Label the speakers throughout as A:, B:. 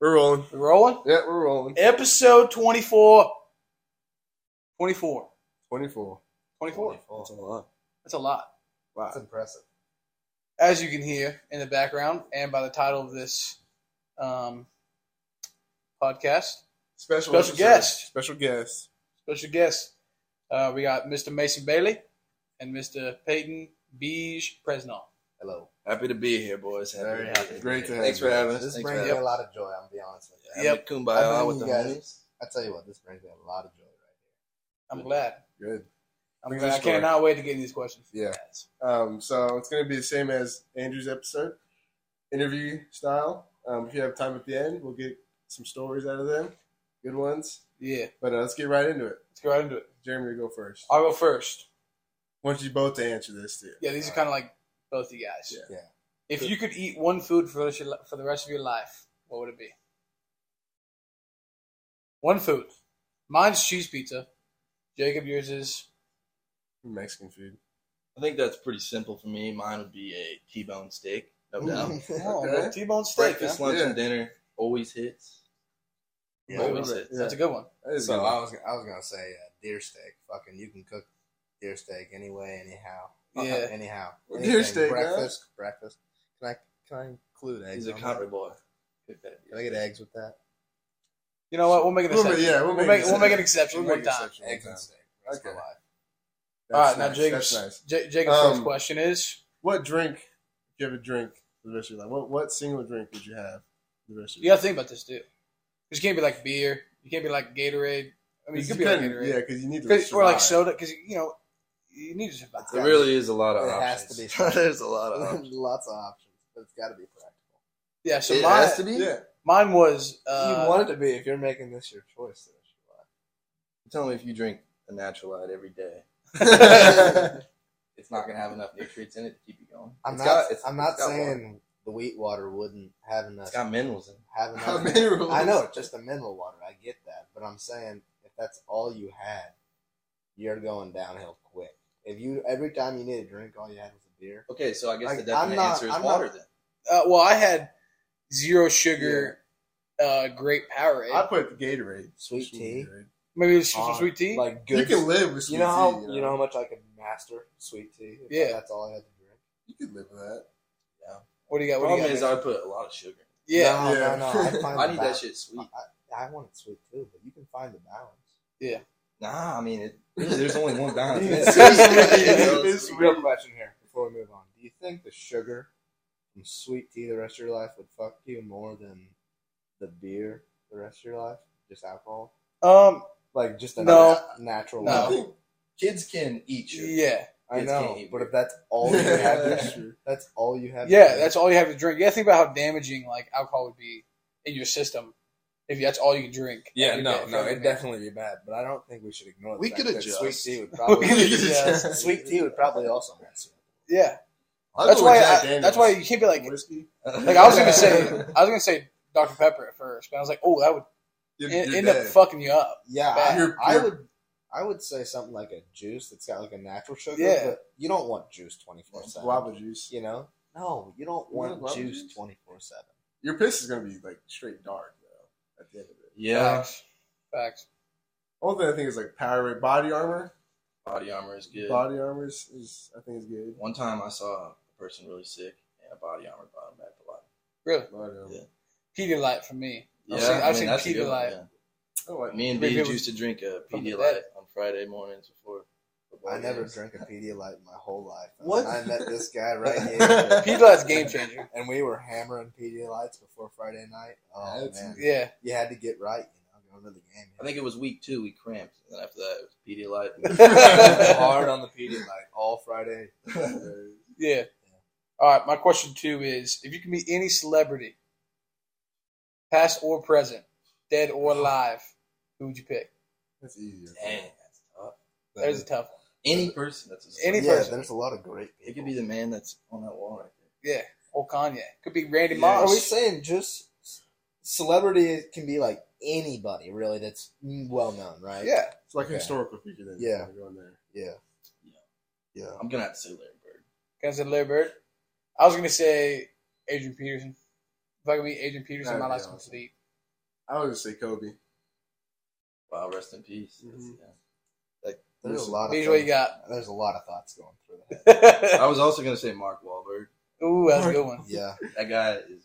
A: We're rolling.
B: We're rolling.
A: Yeah, we're rolling.
B: Episode 24. 24.
A: 24.
B: 24.
C: That's a lot.
B: That's a lot.
A: That's impressive.
B: As you can hear in the background and by the title of this um, podcast,
A: Special,
B: Special
A: episode.
B: guest.
A: Special guest.
B: special guest, uh, we got Mr. Mason Bailey and Mr. Peyton Beige Presnell.
D: Hello.
C: Happy to be here, boys. Happy
D: Very
C: to
D: happy.
C: Be here.
A: Great to have
C: Thanks
A: you.
C: for having us.
D: This
C: Thanks
D: brings
C: for
D: me a
C: having us.
D: lot of joy, I'm gonna be honest with you.
C: Having
B: Yep.
C: a
D: I've
C: Kumbaya
D: known
C: with the
D: you guys-
C: homies.
D: I tell you what, this brings me a lot of joy right
B: I'm glad.
A: Good.
B: I'm
A: Bring
B: glad.
A: the
B: I
A: story.
B: cannot wait to get into these questions.
A: Yeah. Um, so it's going to be the same as Andrew's episode, interview style. Um, if you have time at the end, we'll get some stories out of them, good ones.
B: Yeah.
A: But uh, let's get right into it.
B: Let's go right into it.
A: Jeremy, you go first. I
B: I'll go first.
A: want you both to answer this too.
B: Yeah, these are kind of like both you guys.
A: Yeah.
D: Yeah.
B: If you could eat one food for the, rest of your, li- for the rest of your life, what would it be? One food. Mine's cheese pizza. Jacob, yours is
A: Mexican food.
C: I think that's pretty simple for me. Mine would be a T-bone steak, no doubt.
D: here.
B: oh,
A: Okay.
B: well, T-bone steak.
C: Breakfast,
B: huh?
C: lunch,
A: Yeah.
C: and dinner always hits.
D: Yeah.
C: always
A: Yeah.
C: hits.
B: That's a good one.
A: That is a
D: so
A: good.
D: I
A: one.
D: was I was gonna say uh, deer steak. Fucking you can cook deer steak anyway, anyhow. Uh,
B: Yeah.
D: anyhow.
A: Well, deer
D: Anything.
A: steak, huh?
D: breakfast, breakfast. Can I can I include eggs?
C: He's a
D: on
C: country
D: that?
C: boy.
D: Can I get eggs with that?
B: You know what? We'll make an
A: We'll
B: exception.
A: make- yeah, we'll
B: we'll,
A: make an
B: make, we'll make an
A: exception.
B: exception
A: We'll
B: one
A: make
B: time.
A: exception one
D: Eggs
A: time.
D: and steak. That's
A: Okay.
D: my life.
B: All right,
A: That's
B: now
A: nice.
B: Jacob's,
A: That's nice.
B: Ja- Jacob's first
A: Um,
B: question is:
A: What drink? If you have a drink for the rest of your life, what what single drink would you have for the rest of
B: You
A: your
B: got to think about this too. This can't be like beer. You can't be like Gatorade. I mean,
A: life?
B: you could be like
A: depend-
B: Gatorade.
A: yeah, because you need to.
B: 'Cause- or like
A: survive.
B: soda, because you know you need to survive.
D: Yeah.
C: There really is a lot of
D: It has
C: options.
D: to be
C: There's a lot of options.
D: There's lots of options, but it's got to be practical.
B: Yeah, so
C: it
B: mine,
C: has to be.
A: Yeah,
B: mine was uh,
D: you want it to be if you're making this your choice. then it's your life.
C: Tell me if you drink a natural light every day, it's not gonna have enough nutrients in it to keep you going.
D: I'm
C: It's
D: not.
C: got- it's-
D: I'm not
C: it's got
D: saying
C: water.
D: the wheat water wouldn't have enough.
C: it's got minerals in it.
D: Have
A: How
D: enough.
A: many rules?
D: I know it's just a mineral water. I get that, but I'm saying if that's all you had, you're going downhill quick. If you every time you need a drink, all you had was a beer.
C: Okay, so I guess
D: Like,
C: the
D: I'm
C: definite
D: not-
C: answer is
D: I'm
C: water
D: not-
C: then.
B: uh, well, I had zero sugar, uh, grape Powerade.
A: I put Gatorade.
D: Sweet tea?
A: Gatorade.
B: Maybe it was some
D: Uh,
B: sweet tea.
D: Like
A: You
D: good.
A: can live with sweet
D: you know how
A: tea.
D: you know. how much I could master sweet tea. If
B: Yeah.
D: that's all I had to drink.
A: You can live with that.
B: what do you got? What do you
C: Problem
B: got?
C: is, I put a lot of sugar.
B: yeah,
D: no,
A: Yeah.
D: no, no. I'd find
C: I
D: the
C: need that
D: balance.
C: shit sweet.
D: I, I want it sweet too, but you can find the balance.
C: Nah, I mean, it, really, there's only one balance.
A: It's
D: This
A: It's
D: is a real question here before we move on. Do you think the sugar from sweet tea the rest of your life would fuck you more than the beer the rest of your life? Just alcohol?
B: um,
D: Like just a
B: No.
D: nat- natural
B: No.
C: I
D: one?
C: think oh, kids can eat sugar.
B: yeah,
D: I
C: Kids
D: know,
C: can't eat
D: but
C: beer.
D: if that's all you have,
A: That's true.
D: that's all you have.
B: yeah. That's all you have to drink. Yeah, think about how damaging like alcohol would be in your system if that's all you drink. every day for every day.
D: definitely be bad, but I don't think we should ignore.
C: We could
D: that
C: adjust.
D: Sweet tea would probably.
B: could
A: adjust.
D: Sweet tea would probably also mess you. up.
B: Yeah,
A: I'll
B: that's
A: go with
B: why.
A: Jack
B: I,
A: Daniels.
B: that's why you can't be like
A: whiskey.
B: like I was gonna say. I was gonna say Dr Pepper at first, but I was like, oh, that would
A: You're-
B: en-
A: you're
B: end up
A: dead.
B: fucking you up.
D: Yeah,
B: Bad.
D: I,
A: You're-
D: I
A: you're-
D: would. I would say something like a juice that's got like a natural sugar.
B: Yeah.
D: but you don't want juice twenty four seven.
A: guava juice.
D: You know? No, you don't
A: You don't
D: want
A: love
D: juice
A: juice?
D: twenty four seven.
A: Your piss is gonna be like straight dark though. At the end of it.
C: yeah,
B: Facts. Facts.
A: Only thing I think is like Powerade body armor.
B: uh,
C: body armor is good.
A: Body armor is, is I think is good.
C: One time I saw a person really sick and a body armor brought him back to life.
B: Really,
A: Body armor.
C: Yeah.
B: Pedialyte for me.
C: Yeah,
B: I've seen- I've
C: I mean,
B: seen
C: that's a good one,
B: Pedialyte.
A: I don't like
C: yeah. Me and
B: Maybe
C: B
B: it was-
C: used to drink a
B: from the
C: Pedialyte on Friday mornings before. football
D: I never
C: games.
D: drank a Pedialyte in my whole life. And
C: What?
D: I met this guy right here,
B: Pedialyte's game changer.
D: and we were hammering Pedialytes before Friday night. Oh
A: That's-
D: man,
B: Yeah,
D: you had to get right. You know, going to the game.
C: I think it was week two. We cramped, and then after that, it was Pedialyte.
D: Went
B: yeah.
D: hard on the Pedialyte all Friday.
B: All right. My question two is: If you can meet any celebrity, past or present, dead or alive, who would you pick?
A: That's easier.
C: Dang, that's tough.
B: There's a tough one.
C: Any person that's a
B: Any
D: yeah,
B: person.
D: there's a lot of great. People.
C: It could be the man that's on that wall right there.
B: Or Kanye. Could be Randy
A: Yeah.
D: Are we
B: Moss.
D: saying just celebrity can be like anybody really that's well known, right?
B: Yeah.
A: It's like
D: Okay.
A: a historical figure then.
D: Yeah.
A: We're Going there.
D: Yeah. Yeah.
C: I'm gonna have to say Larry Bird.
B: Guns and Larry Bird. I was gonna say Adrian Peterson. If I could meet Adrian Peterson,
A: That'd
B: my
A: be
B: life's
A: awesome.
B: complete.
A: I would just say Kobe.
C: Wow, rest in peace.
A: Mhm.
D: There's a
A: Listen,
D: lot of
B: Beej, what you
D: things-
B: got?
D: There's a lot of thoughts going through that.
C: I was also gonna say Mark Wahlberg.
B: Ooh, that's a good one.
D: yeah,
C: That guy is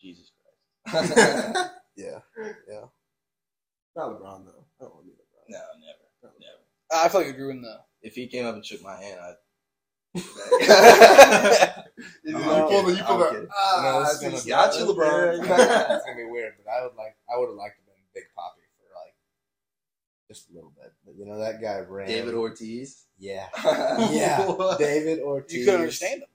C: Jesus Christ. no, never,
D: yeah.
A: Not LeBron though. I don't want to be LeBron.
C: never.
B: I feel like I agree with him though.
C: If he came up and shook my hand, I.
A: You,
C: No,
A: you
C: I'm
A: pulled the "Oh,
C: kidding.
A: you pulled
C: I'm
A: the
C: kidding.
A: ah,
D: No, this is
A: I
D: gonna-
A: see-
C: Gotcha, LeBron.
A: Yeah, yeah.
D: it's gonna be weird, but I would like I would have liked to have been Big Poppy for like just a little bit. But you know that guy ran
C: David Ortiz.
D: Yeah.
C: yeah.
D: Yeah. David Ortiz.
B: You couldn't understand him.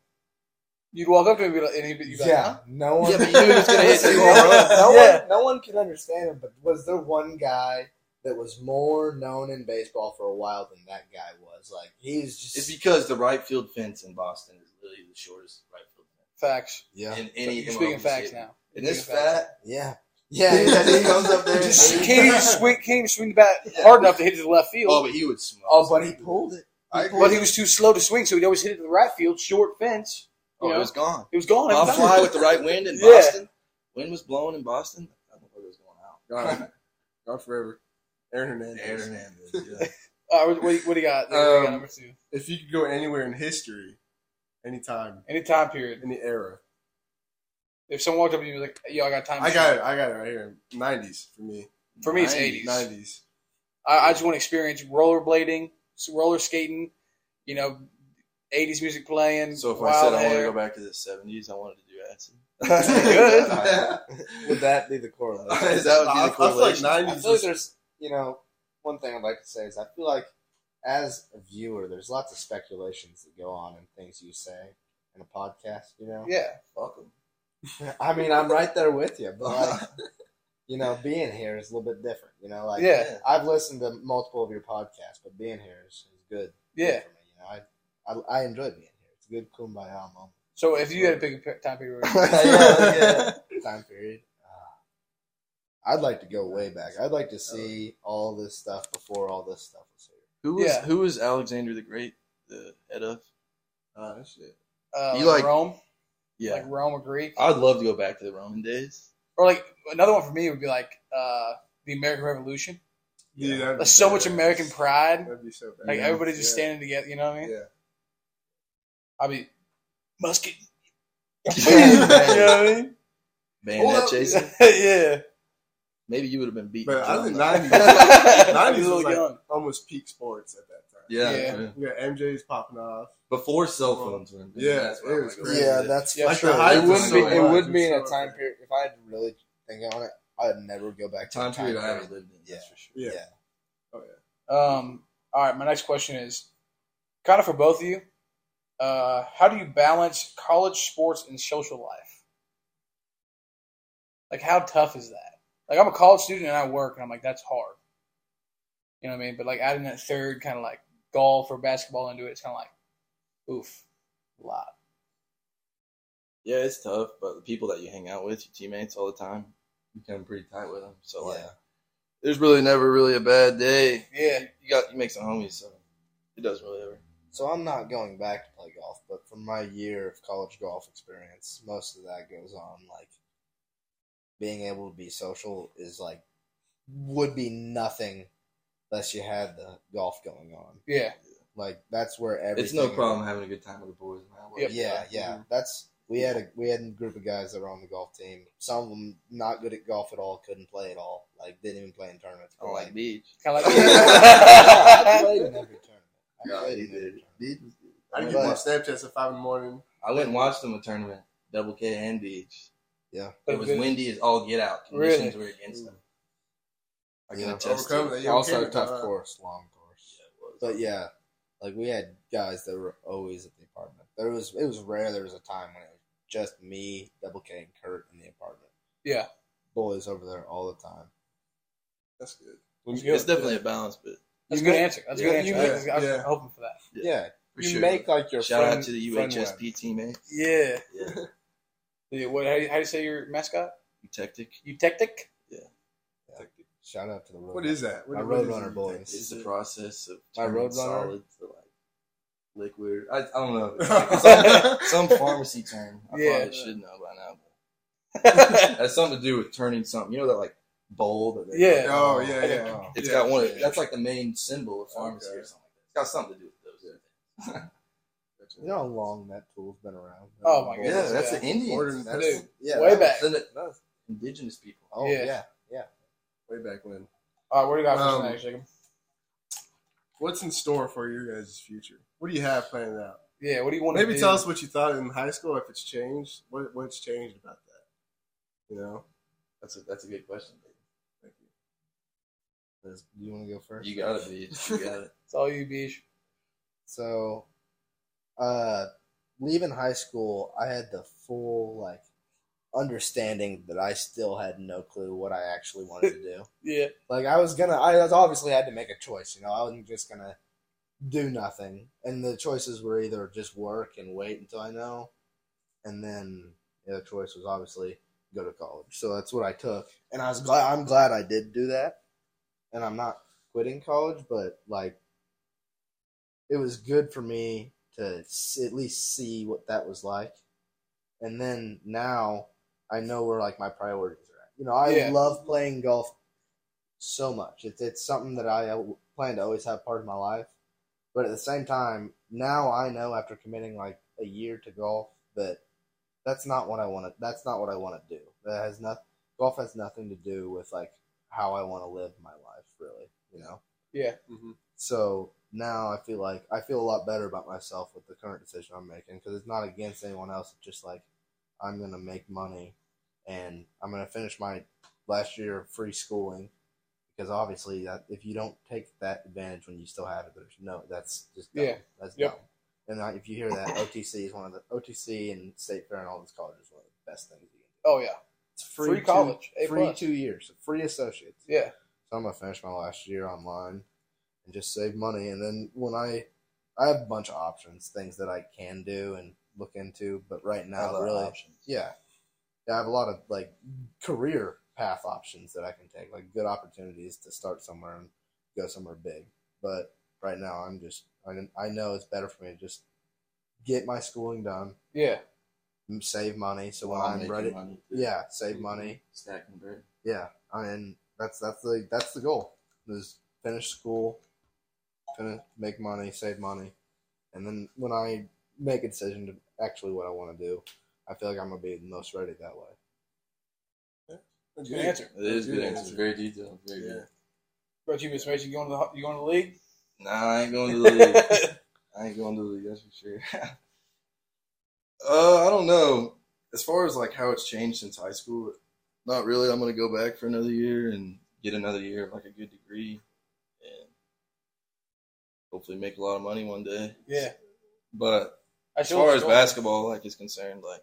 B: You'd walk up to him and be like, and he'd be you'd be like,
D: yeah,
B: huh?
D: no one.
C: Yeah, but you knew he was gonna hit
D: Listen,
C: two
D: no
C: in a
D: one-
C: row.
D: No
B: Yeah.
D: one, no one could understand him. But was there one guy that was more known in baseball for a while than that guy was? Like he's
C: It's
D: just
C: because the right field fence in Boston is literally the shortest right field fence
B: Facts.
D: yeah,
C: in any.
B: You're
C: MLB
B: speaking facts
C: stadium.
B: now.
C: And this
B: Speaking facts.
C: fat,
D: yeah, yeah.
C: he comes up there. and-
B: Just can't even swing, can't even swing the bat hard enough to hit it to the left
C: Oh,
B: field.
C: but he would smoke.
D: oh, but he pulled it.
A: I agree.
B: But he was too slow to swing, so he'd always hit it to the right field, short fence.
C: Oh,
B: You know,
C: it was gone.
B: it was gone.
C: Bob
B: every time.
C: Fly with the right wind in
B: Yeah.
C: Boston. Wind was blowing in Boston. I don't know what was going out.
A: Gone. Gone forever. Aaron Hernandez.
C: Aaron Hernandez. Yeah.
B: All right, Uh, what, what, what do you got? What do you got,
A: Um,
B: number two.
A: If you could go anywhere in history, anytime,
B: Any time period.
A: any era,
B: If someone walked up to you and was like, yo, I got time.
A: I got it. I got it right here. Nineties for me.
B: For me, it's 80s.
A: Nineties.
B: I, I just want to experience rollerblading, s- roller skating, you know, 80s music playing.
C: So if I
B: wild
C: said I want to
B: hair.
C: go back to the seventies, I wanted to do acid.
D: Would that be the correlation?
C: Is that would be
A: I, I
C: the
A: feel like
C: correlation?
D: I
A: nineties.
D: feel like there's, you know, one thing I'd like to say is I feel like as a viewer, there's lots of speculations that go on and things you say in a podcast, you know?
B: Yeah.
C: Fuck 'em.
D: I mean, I'm right there with you, but like, you know, being here is a little bit different, you know? Like,
B: yeah.
C: yeah.
D: I've listened to multiple of your podcasts, but being here is, is good.
B: Yeah.
D: For me, you know, I, I, I enjoy being here. It's a good kumbaya moment.
B: So if you had to pick a pe- time period,
D: Yeah, yeah. time period. Uh, I'd like to go way back. I'd like to see all this stuff before all this stuff was here.
C: Who was
B: Yeah.
C: who was Alexander the Great the head of?
A: Ah, that shit.
B: uh,
C: You
B: like
C: like-
B: Rome,
C: Yeah,
B: like Rome or Greek,
C: I'd love to go back to the Roman days.
B: or like another one for me would be like uh, the American Revolution.
A: Dude, that'd be
B: There's so much
A: badass.
B: American pride.
A: That'd be so bad.
B: Like everybody's just standing together. You know what I mean?
A: Yeah.
B: I mean, musket.
D: Yeah,
B: you know what I mean?
C: Bayonet chasing.
B: yeah.
C: Maybe you would have been beaten.
A: But I think
C: drunk.
A: 90s 90s
B: Little
A: was like-
B: gun.
A: Almost peak sports at that time.
C: Yeah,
B: Yeah.
C: yeah.
A: We got MJ's popping off.
C: Before cell phones were.
A: Yeah,
C: that's why
A: it
C: I'm
A: was
C: like,
A: crazy.
C: oh,
D: Yeah, that's
B: Yeah,
D: for
A: like the
D: sure.
A: hype
D: It
A: was
D: wouldn't
A: so
D: be.
A: high.
D: It would be in
A: It
D: a
A: was so
D: time
A: high.
D: period. If I had to really think on it, I'd never go back to
C: time
D: the
C: period I ever
D: period.
C: lived in. That's for sure.
A: Yeah.
D: Yeah.
A: Oh yeah.
B: Um, all right, my next question is kind of for both of you. Uh, how do you balance college sports and social life? Like, how tough is that? Like, I'm a college student and I work, and I'm like, that's hard. You know what I mean? But like adding that third kind of like golf or basketball into it, it's kind of like, oof, a lot.
C: Yeah, it's tough, but the people that you hang out with, your teammates all the time, you become pretty tight with them. So like,
D: Yeah.
C: there's really never really a bad day.
B: Yeah,
C: You got you make some homies, so it doesn't really ever.
D: So I'm not going back to play golf, but from my year of college golf experience, most of that goes on like being able to be social is like would be nothing unless you had the golf going on.
B: yeah,
D: Like that's where everything.
C: It's no problem having a good time with the boys. Man. I love
B: Yep.
C: it.
D: Yeah, yeah. That's we had a we had a group of guys that were on the golf team. Some of them not good at golf at all, couldn't play at all. Like didn't even play in tournaments.
C: I like beach.
B: kind of
D: I
B: like.
D: played in every tournament. I played in every tournament.
C: Beach was good.
A: I get my Snapchats at five in the morning.
C: I went and watched them a tournament, double K and beach. It was
B: Good.
C: windy as all get out. Conditions were against them. I can
D: Yeah.
C: attest to
A: Overcome
C: it.
A: that. Yeah,
D: Also
A: okay,
D: a tough
A: uh,
D: course, long course.
C: Yeah, it was.
D: But yeah, like we had guys that were always at the apartment. There was it was rare. There was a time when it was just me, Double K, and Kurt in the apartment.
B: Yeah.
D: boys over there all the time.
A: That's good.
B: That's
C: it's
B: good.
C: definitely a balance, but
B: That's a
D: You
B: good
D: make-
B: answer. That's a
A: Yeah,
B: good
A: you
B: answer.
A: make-
B: I was
A: yeah.
B: hoping for that.
C: Yeah.
D: Yeah,
C: for
D: you
C: sure.
D: make like your
C: Shout
D: friend,
C: out to the
D: friend web.
C: UHSP teammate.
B: Yeah.
C: Yeah,
B: Yeah, What? How do you, how do you say your mascot?
C: Tectic.
B: Eutectic?
D: Shout out to the road.
A: What is that? What,
D: My
A: what is
D: Roadrunner
A: it?
D: boys.
C: It's the process of
D: My
C: turning
D: Roadrunner?
C: solid to like liquid. I, I don't know. It's like- it's like
A: That's
C: some pharmacy term. I
B: Yeah.
C: probably should know by now. It has something to do with turning something. You know that like bowl that they
B: Yeah.
A: Oh yeah, yeah.
C: It's
A: yeah.
C: got one. Of, that's like the main symbol of pharmacy
A: Okay.
C: or something. It's got something to do with those.
D: You know how long that tool's been around?
B: Oh, my
C: Yeah,
B: Yeah,
C: that's
B: yeah.
C: the Indians.
A: Modern-
C: That's-
B: Dude,
C: yeah,
B: way back.
C: that's the- that's indigenous people.
D: Oh
B: Yeah.
D: yeah. yeah.
A: way back when.
B: All right, what do you got for us
A: Um,
B: next, Jacob?
A: What's in store for your guys' future? What do you have planned out?
B: Yeah, what do you want to
A: Maybe tell us what you thought in high school. If it's changed, what what's changed about that? You know.
C: That's a that's a good question. dude.
A: Thank you.
D: Liz, Do you want to go first?
C: You got it, dude. You got it.
B: It's all you, Beach.
D: So, uh, leaving high school, I had the full like understanding that I still had no clue what I actually wanted to do.
B: Yeah,
D: Like I was gonna, I was obviously had to make a choice. You know, I wasn't just gonna do nothing. And the choices were either just work and wait until I know, and then the other choice was obviously go to college. So that's what I took, and I was glad. I'm glad I did do that, and I'm not quitting college, but like it was good for me to s- at least see what that was like, and then now I know where like my priorities are. at. You know, I
B: Yeah.
D: love playing golf so much. It's it's something that I plan to always have part of my life. But at the same time, now I know after committing like a year to golf that that's not what I want to. That's not what I want to do. That has not golf has nothing to do with like how I want to live my life, really. You know.
B: yeah.
A: Mhm.
D: So now I feel like I feel a lot better about myself with the current decision I'm making because it's not against anyone else. It's just like I'm gonna make money and I'm gonna finish my last year of free schooling because obviously that if you don't take that advantage when you still have it, there's no that's just dumb.
B: Yeah.
D: that's
B: Yep.
D: dumb. And I, if you hear that OTC is one of the OTC and State Fair and all those colleges is one of the best things you can do.
B: Oh yeah,
D: It's
B: free,
D: two-
B: college, A
D: free
B: plus.
D: two years, free associates.
B: Yeah,
D: So I'm gonna finish my last year online and just save money. And then when I, I have a bunch of options, things that I can do and look into. But right now,
C: Other
D: really,
C: options.
D: yeah, yeah, I have a lot of like career path options that I can take, like good opportunities to start somewhere and go somewhere big. But right now, I'm just, I, I know it's better for me to just get my schooling done,
B: yeah,
D: save money. So when
C: While
D: I'm
C: making
D: ready,
C: money, dude.
D: yeah, save money.
C: Stack and bread.
D: Yeah, I mean that's that's the that's the goal is finish school, finish make money, save money, and then when I make a decision to actually what I want to do, I feel like I'm gonna be the most ready that way.
B: good answer.
C: It is good answer. Very detailed. Very
A: Yeah.
C: good.
B: But you, Miss Mason, you going to the you going to the league?
C: Nah, I ain't going to the league. I ain't going to the league. That's for sure. uh, I don't know. As far as like how it's changed since high school, not really. I'm gonna go back for another year and get another year of like a good degree, and hopefully make a lot of money one day.
B: yeah.
C: But
B: I
C: as
B: still-
C: far as
B: still-
C: basketball like is concerned, like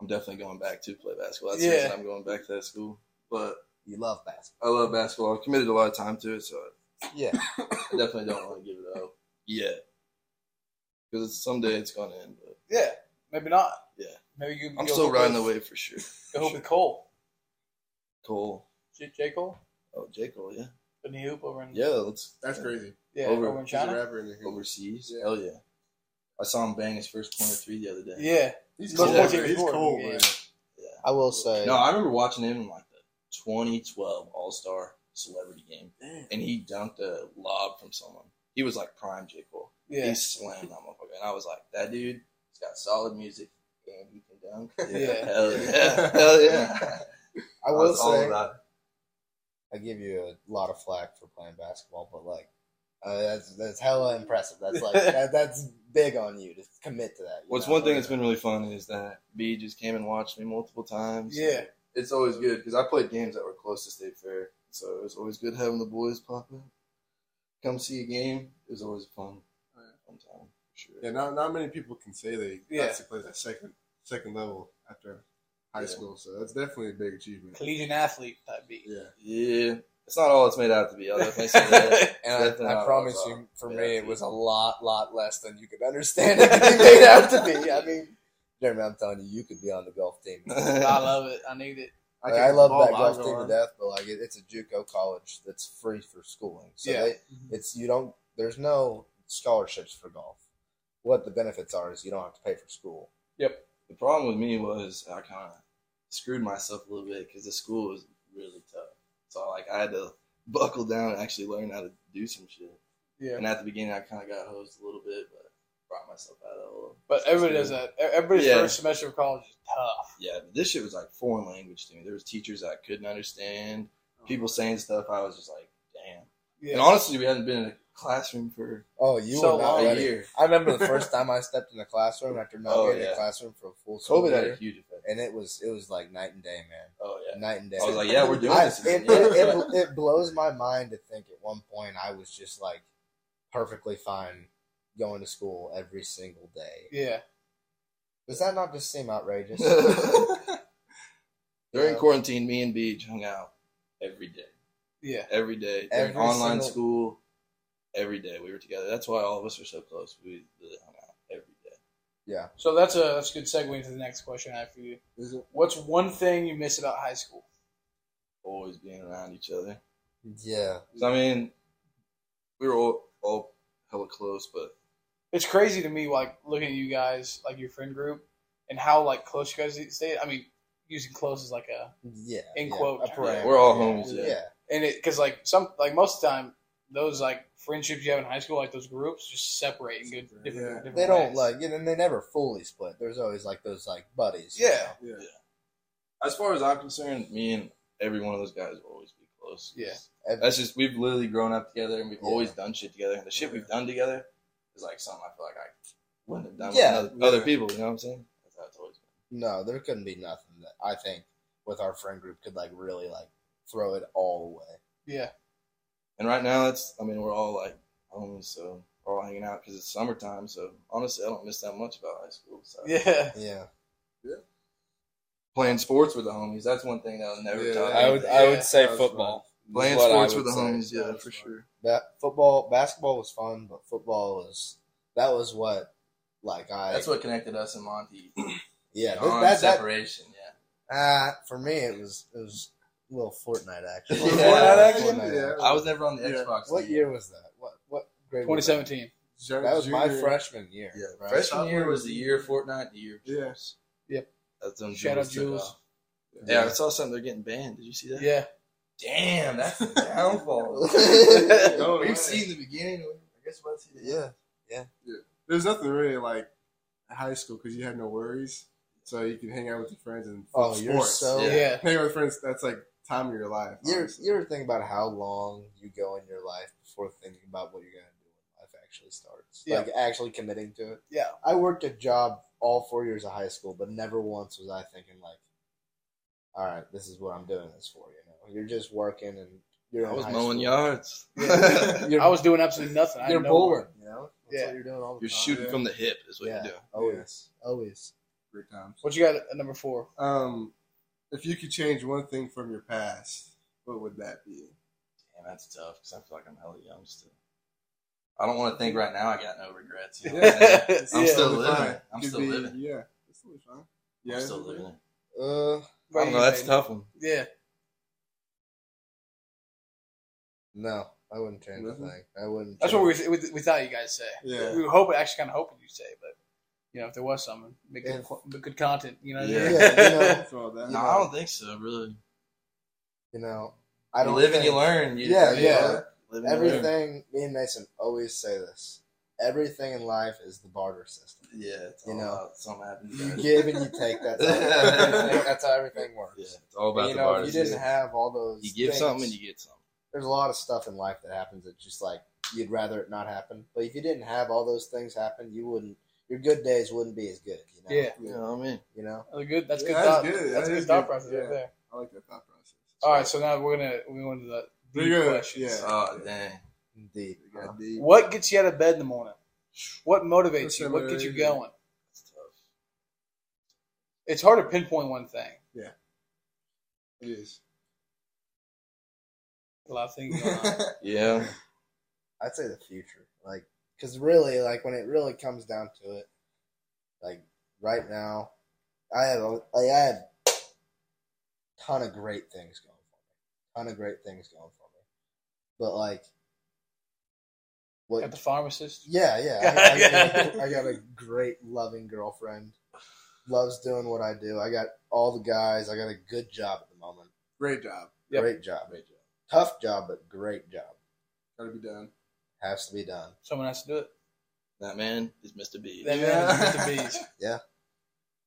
C: I'm definitely going back to play basketball. That's the
B: Yeah.
C: reason I'm going back to that school. But
D: You love basketball,
C: I love basketball. I've committed a lot of time to it, so
D: yeah.
C: I definitely don't want to give it up yet. Because someday it's going to end. But
B: yeah, maybe not.
C: Yeah.
B: maybe you.
C: I'm
B: you'll
C: still
B: hook
C: riding the
B: with-
C: wave for sure.
B: You'll hook with Cole,
C: Cole.
B: J, J. Cole,
C: Oh, J. Cole, yeah.
B: the new hoop over in
C: Yeah, let's.
A: That's crazy.
B: yeah,
C: over-
B: over, in
A: He's a
B: China.
A: rapper in the hood.
C: Overseas.
A: Yeah.
C: Hell yeah. I saw him bang his first corner three the other day.
B: Yeah,
A: He's
B: Most
A: cold.
B: people
A: He's
B: record,
A: cold,
B: yeah.
A: man.
C: Yeah.
D: I will say,
C: No, I remember watching him in like the 2012 All Star Celebrity Game, and he dunked a lob from someone. He was like prime J Cole.
B: yeah,
C: He slammed that motherfucker, and I was like, that dude, he's got solid music and he can dunk.
B: Yeah.
C: hell yeah, hell yeah.
D: I will
C: was all
D: say,
C: about it.
D: I give you a lot of flack for playing basketball, but like. Uh, that's that's hella impressive. That's like that, that's big on you to commit to that. you
C: What's
D: know?
C: one thing that's been really fun is that B just came and watched me multiple times.
B: yeah.
C: it's always good because I played games that were close to State Fair, so it was always good having the boys pop up, come see a game. It was always fun, fun time. for Sure.
A: Yeah, not not many people can say they
B: Yeah.
A: actually played that second second level after high
C: Yeah.
A: school. So that's definitely a big achievement.
B: Collegiate athlete type beat.
A: Yeah.
C: Yeah, it's not all it's made out to be. I'll definitely say that.
D: And
C: Definitely
D: I, I
C: not
D: promise
C: all
D: you, for
C: Yeah,
D: me, it
C: dude.
D: was a lot, lot less than you could understand it could be made out to be. I mean, Jeremy, I'm telling you, you could be on the golf team. Like,
B: I love it. I need it.
A: can
D: I love
A: ball
D: that golf
A: I'll
D: team
A: go on.
D: to death, but like, it, it's a JUCO college that's free for schooling. So
B: Yeah.
D: they, it's you don't. There's no scholarships for golf. What the benefits are is you don't have to pay for school.
C: the problem with me was I kind of screwed myself a little bit because the school was really tough. So like I had to buckle down and actually learn how to do some shit.
B: Yeah.
C: And at the beginning, I kind of got hosed a little bit, but brought myself out of it. a little.
B: But everybody does that. E, Everybody's
C: Yeah.
B: first semester of college is tough.
C: Yeah, but this shit was like foreign language to me. There was teachers I couldn't understand.
D: Uh-huh.
C: People saying stuff, I was just like, damn. And honestly, we hadn't been in a classroom for
D: Oh, you
B: So
D: were not
B: long.
C: a
D: ready.
C: year.
D: I remember the first time I stepped in the classroom after not
C: Oh,
D: being in
C: yeah.
D: the classroom for a full school
C: COVID had a
D: year,
C: huge effect.
D: and it was it was like night and day, man.
C: Oh yeah.
D: Night and day.
C: I was like, yeah, we're doing
D: I-
C: this.
D: it, it, it, it blows my mind to think at one point I was just like perfectly fine going to school every single day.
B: Yeah.
D: Does that not just seem outrageous?
C: During
D: Yeah.
C: quarantine, me and Beach hung out every day.
B: Yeah.
C: Every day. During
D: Every
C: online
D: single-
C: school, every day we were together. That's why all of us are so close. We really hung out every day.
B: So that's a that's a good segue into the next question I have for you.
A: Is it?
B: What's one thing you miss about high school?
C: Always being around each other.
D: yeah.
C: 'Cause, I mean, we were all, all hella close, but
B: It's crazy to me, like looking at you guys, like your friend group, and how like close you guys stay. I mean, using close is like a
D: Yeah.
B: In
D: yeah,
B: quote,
D: a parameter,
C: we're all
D: yeah.
C: homies, yeah.
D: yeah.
B: and it because like some like most of the time those like friendships you have in high school, like those groups, just separate and good different.
A: Yeah.
B: different
D: They don't
B: ways.
D: like, you know, and they never fully split. There's always like those like buddies. you
B: Yeah.
A: Yeah.
C: as far as I'm concerned, me and every one of those guys will always be close.
B: Yeah.
D: Ev-
C: That's just we've literally grown up together and we've
D: Yeah.
C: always done shit together. And the shit we've done together is like something I feel like I wouldn't have done
D: Yeah.
C: with other, other
A: Yeah.
C: people. You know what I'm saying? That's how it's always been.
D: No, there couldn't be nothing that I think with our friend group could like really like throw it all away.
B: Yeah.
C: And right now, it's I mean we're all like homies, so we're all hanging out because it's summertime. So honestly, I don't miss that much about high school. So
B: Yeah.
D: Yeah.
C: playing sports with the homies. That's one thing that I'll never
A: Yeah.
C: tell.
A: I
E: I
C: you.
A: would-
E: would
A: I
E: I
A: would
E: would
A: say
E: say
A: That was football.
E: football.
C: Playing sports with the homies, yeah,
A: That's
C: for
A: fun.
C: sure.
D: That football, basketball was fun, but football was that was what like I
C: That's what connected us and Monty.
D: yeah
C: Beyond
D: that that,
C: separation. Yeah.
D: that uh, for me it was it was a little Fortnite action.
C: Yeah.
A: Fortnite action?
D: Fortnite
A: Yeah.
C: I was never on the
A: Yeah.
C: Xbox.
D: What
C: League.
D: year was that? What what grade?
B: Twenty
D: was
B: seventeen.
A: Junior-
D: That, that was my
A: junior-
D: freshman year.
C: Yeah,
D: right?
C: freshman year was the year of Fortnite, the year of
A: Yeah.
C: Jules.
B: Yep.
C: That's when
B: Shout out
C: took
B: Jules.
C: off. Yeah, I saw something. They're getting banned. Did you see that?
B: Yeah.
C: Damn, that's the downfall.
A: No way.
C: We've seen the beginning. I guess we'll see the end.
D: Yeah.
A: There's nothing really like high school because you had no worries, so you can hang out with your friends and
D: Oh, you're
A: sports.
D: so
C: Yeah.
B: Yeah.
A: hang out with friends. That's like time of your life.
D: You're,
A: honestly.
D: you ever think about how long you go in your life before thinking about what you're going to do when life actually starts?
B: Yeah.
D: Like actually committing to it?
B: Yeah.
D: I worked a job all four years of high school, but never once was I thinking, like, all right, this is what I'm doing this for. You know, you're just working and you're
C: I
D: in
C: was
D: high
C: mowing
D: school.
C: yards.
D: You're,
B: I was doing absolutely nothing. I
D: you're
B: had no
D: bowling,
B: work.
D: you know? That's
B: Yeah.
D: what you're doing all the
C: You're
D: time.
C: shooting from the hip is what
D: Yeah.
C: you're doing.
D: Always. Always.
A: great times.
B: What you got at number four?
A: Um, if you could change one thing from your past, what would that be?
C: Damn, that's tough because I feel like I'm hella young still. I don't want to think right now. I got no regrets. You know what I'm saying? I'm
B: Yeah.
C: still
A: Totally
C: living.
A: fine.
C: I'm
A: Could
C: still
A: be-
C: living.
A: Yeah, that's totally fine. Yeah,
C: I'm still living.
D: Uh,
C: I don't know. That's a tough one.
B: Yeah.
D: no, I wouldn't change a
A: Nothing?
D: thing. I wouldn't.
B: That's
D: change-
B: what we, we, we thought you guys say.
A: Yeah.
B: We were hoping, actually, kind of hoping you say, but you know, if there was something, make good,
D: If-
B: qu- make good content. You know, what I
C: Yeah.
B: mean?
D: Yeah, you know.
A: For all that.
C: No, I don't think so. Really.
D: You know, I don't
C: you live and you
D: think-
C: learn. You,
D: Yeah,
C: you
D: yeah.
C: know, live and you learn.
D: Everything, me and Mason always say this. Everything in life is the barter system.
C: Yeah, it's
D: You
C: all
D: know.
C: about something happens.
D: You give and you take. That's how, that's how everything works.
C: Yeah, it's all
D: And,
C: about
D: you
C: the
D: know, if
C: bars.
D: you didn't have all those.
C: you give
D: things,
C: something and you get something.
D: There's a lot of stuff in life that happens that just like you'd rather it not happen. But if you didn't have all those things happen, you wouldn't. Your good days wouldn't be as good. You know.
B: Yeah.
C: You know what I mean?
D: You know.
B: That's good. That's
A: Yeah,
B: good.
A: that's
B: thought.
A: good.
B: That's
A: That
B: good
A: is
B: thought
A: good.
B: process
A: Yeah.
B: right there.
A: I like that thought process.
B: All right, so now we're gonna we went to the
A: Pretty
B: deep
A: good,
B: questions.
A: yeah.
C: Oh dang!
D: Indeed.
A: We got deep.
B: What gets you out of bed in the morning? What motivates you? What gets you
A: Similarly,
B: going?
C: It's tough.
B: It's hard to pinpoint one thing.
A: It is.
B: A lot of things going on.
C: Yeah,
D: I'd say the future, like, because really, like, when it really comes down to it, like, right now, I have, a- like, I have ton of great things going for me, ton of great things going for me, but like,
B: At the
D: what?
B: pharmacist.
D: Yeah, yeah, I, I- I got a great loving girlfriend. loves doing what I do. I got all the guys. I got a good job at the moment.
A: Great job.
B: Yep.
D: Great job.
C: Great job.
D: Tough job, but great job.
A: Gotta be done.
D: Has to be done.
B: Someone has to do it.
C: That man is Mr. B.
B: That
A: Yeah.
B: man is Mr. Beast.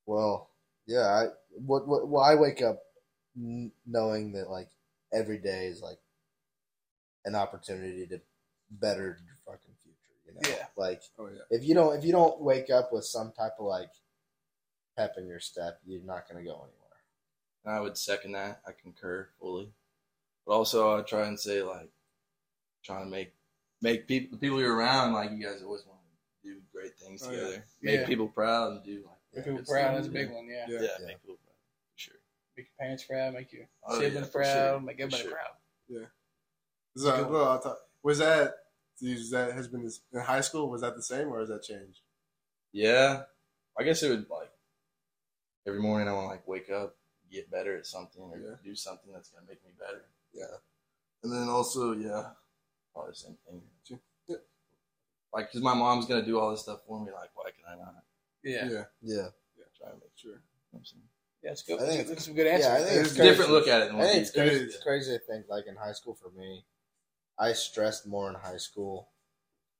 D: Well, yeah. I, what, what? Well, I wake up n- knowing that like every day is like an opportunity to better your fucking future. You know,
B: Yeah.
D: like
A: Oh yeah.
D: if you don't if you don't wake up with some type of like pep in your step, you're not gonna go anywhere.
C: I would second that. I concur fully. But also, I try and say like, trying to make make people the people you're around like you guys always want to do great things
A: Oh, yeah.
C: together. Make
B: Yeah.
C: people proud and do like
B: Make people
C: good
B: proud.
C: stuff.
B: That's a big one. Yeah.
C: Yeah,
A: Yeah.
D: Yeah.
C: make people proud for sure.
B: Make your parents proud. Make your
C: Oh, yeah,
B: siblings
C: for
B: proud.
C: sure.
B: Make
C: For
B: everybody
C: sure.
B: proud.
A: So, well, I'll talk- was that is that has been this, in high school? Was that the same or has that changed?
C: Yeah, I guess it would like every morning I want to like wake up, get better at something, or
A: Yeah.
C: do something that's gonna make me better.
A: Yeah.
C: and then also yeah, probably the same thing.
A: Sure. Yeah.
C: Like 'cause my mom's gonna do all this stuff for me. Like, why can I not
B: Yeah. Yeah.
A: Yeah.
D: Yeah,
C: try and make
A: Sure.
C: you know what I'm saying?
B: That's good.
D: I think
B: That's a good answer.
D: yeah, I think
A: It's
D: it's
C: It's a
D: crazy.
C: different look at it. Than
D: I
C: what
D: think it's
C: we-
D: crazy.
A: It is.
D: It's crazy to think like in high school for me, I stressed more in high school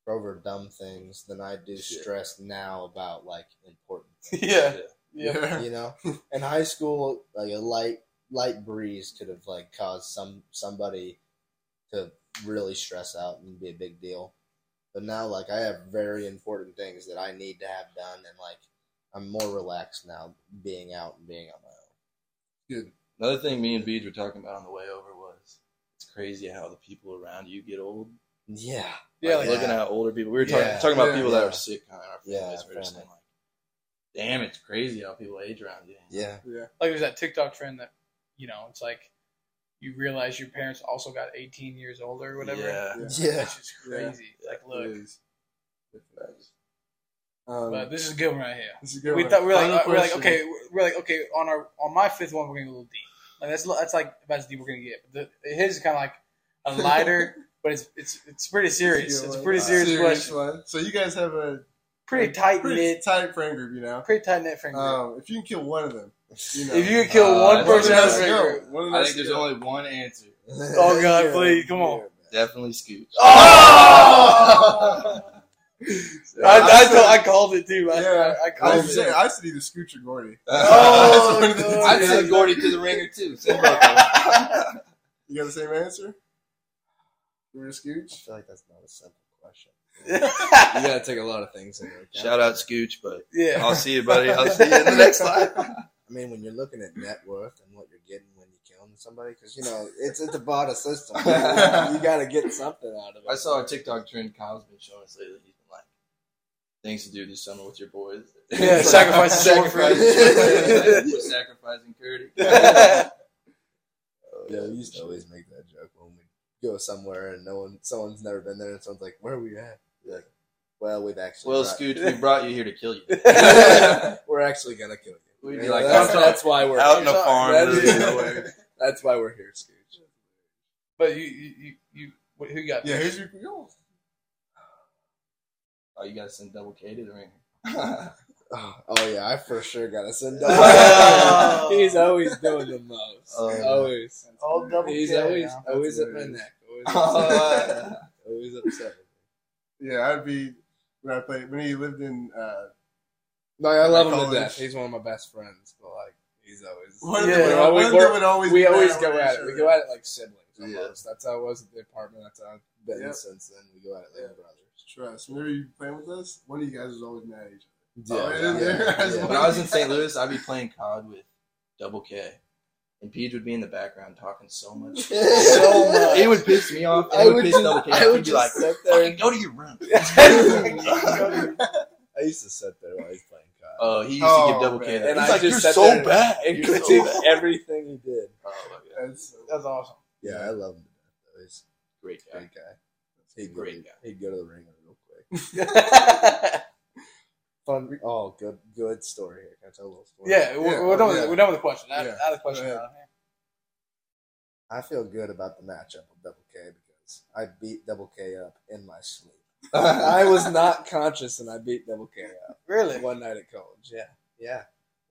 D: over dumb things than I do
C: Shit.
D: stress now about like important.
B: yeah. Yeah.
A: Yeah.
D: You know, in high school, like a light light breeze could have like caused some somebody to really stress out and be a big deal. But now, like I have very important things that I need to have done, and like I'm more relaxed now being out and being on my own.
C: Another thing me and Beej were talking about on the way over was it's crazy how the people around you get old.
D: Yeah,
B: Yeah,
C: like
B: like,
C: looking at older people. We were talking,
D: Yeah,
C: talking about
A: yeah,
C: people that
D: yeah.
C: are sick kind of our
D: Yeah,
C: families. we were just saying
D: family.
C: like, damn, it's crazy how people age around you.
D: yeah,
A: Yeah.
B: like there's that TikTok trend that you know it's like you realize your parents also got 18 years older or whatever.
C: Yeah.
A: Yeah.
D: yeah.
B: That's just crazy. Like
A: It
B: look,
A: is. Um,
B: but this is a good one right here.
A: this is a good
B: we
A: one.
B: thought we were like,
A: Final
B: uh, we're like
A: question.
B: okay, we're- we're like okay on our on my fifth one we're gonna go a little deep. Like that's that's like about as deep we're gonna get. But the, his is kind of like a lighter, but it's it's it's pretty serious.
A: Yeah,
B: It's a
A: like,
B: pretty
A: uh,
B: serious, question.
A: one. So you guys have a
B: Pretty tight
A: pretty
B: knit.
A: tight friend group, you know.
B: Pretty tight knit friend group.
A: Um, if you can kill one of them, you know.
B: if you could kill
C: Uh,
B: one
C: that's
B: person
C: what
B: out
C: I'm
B: of the
C: saying.
B: friend group,
A: One of
C: I
A: us
C: think there's
A: go.
C: only one answer.
B: Oh, God, please, come on.
C: Definitely Scooch.
B: Oh! I, I, told- I called it too. I,
A: Yeah.
B: I, I
A: I
B: called
A: was
B: it.
A: saying, I said either Scooch or Gordy.
B: Oh,
A: That's what it is.
B: no.
C: I'd send
B: Yeah.
C: Gordy to the ringer too. Send both of them.
A: You got the same answer? You were a
D: I
A: Scooch?
D: feel like that's not a simple question. You
B: yeah.
D: gotta take a lot of things into account.
C: Shout out Scooch, but
B: yeah.
C: I'll see you, buddy. I'll see you in the next life.
D: I mean, when you're looking at net worth and what you're getting when you're killing somebody, because you know it's at the bottom system. you gotta get something out of it.
C: I saw a TikTok trend Kyle's been showing us lately. He's been like, things to do this summer with your boys.
B: Yeah,
C: It's
B: sacrifice is more
C: sacrifice.
B: fun.
C: We're sacrificing Oh, Curdy.
D: Yeah, we used to always make that joke when we go somewhere and no one, someone's never been there, and someone's like, "Where are we at?" You're like, well, we've actually,
C: Well,
D: brought-
C: Scooch, we brought you here to kill you.
D: we're actually gonna kill you.
C: We'd be
D: Yeah,
C: like,
D: that's,
C: I'm
D: that's why we're
C: out in
D: here.
C: a farm,
D: That's,
C: middle of nowhere.
D: that's why we're here, Scooch.
B: But you, you, you, you what, who you got?
A: Yeah, who's your girl?
C: Oh, you gotta send double K to the ringer.
D: Oh, oh, yeah, I for sure gotta send.
B: Oh.
D: He's always doing the most.
C: Oh, yeah.
D: always.
B: All double
D: He's
B: K,
D: always
B: huh?
D: always at my
A: hilarious.
D: neck. Always upset.
C: Uh,
D: always upset.
A: Yeah, I'd be when I played when he lived in uh
D: No, I love him to
A: College.
D: death. He's one of my best friends, but like he's always
A: one
B: Yeah,
A: of them,
D: well,
A: would-
D: we-
A: one of
D: we're-
A: them would always
D: we
A: be
D: always
A: mad
D: go
A: when
D: at
A: each
D: it. We
A: other-
D: go at it like siblings almost.
C: Yeah.
D: That's how I was at the apartment. That's how I've been
A: Yeah.
D: since then. We go at it like
A: Yeah.
D: brothers.
A: Trust. Whenever you playing with us, one of you guys is always mad at each Oh,
D: Yeah,
A: yeah, yeah.
D: yeah.
C: when I was in St. Louis, I'd be playing COD with double K. And Pete would be in the background talking so much. shit.
D: So much.
C: It would piss me off. and It
D: I
C: would,
D: would
C: piss
D: just,
C: double K
D: I
C: off.
D: would
C: He'd be
D: just
C: like,
D: sit there.
C: "Fucking go to your room.
D: And, I used to sit there while he's playing COD.
C: Oh, he used to
A: Oh,
C: give double K
A: man.
C: that.
D: And
C: He's
D: I
C: like,
D: just
C: you're
D: sat
C: so
D: there-
C: bad.
D: and
C: You're so
D: critiqued
C: bad."
D: everything he did.
C: Oh, my God.
A: other. That's
B: That's awesome.
D: Yeah, I love him. to death, though. He's
C: Great
D: a
C: guy.
D: great guy. He'd go,
C: Great
D: to,
C: guy.
D: he'd go to the ringer real quick.
B: yeah,
D: Fun. Oh, good, good story here. Can I tell a little story?
B: we're,
A: Yeah,
B: we're done with
A: yeah.
B: we're done with the question. Out,
A: Yeah.
B: out of the question.
A: Go
B: Now.
A: ahead.
D: I feel good about the matchup with Double K because I beat Double K up in my sleep. I was not conscious and I beat Double K up
B: Really?
D: one night at college. Yeah, yeah.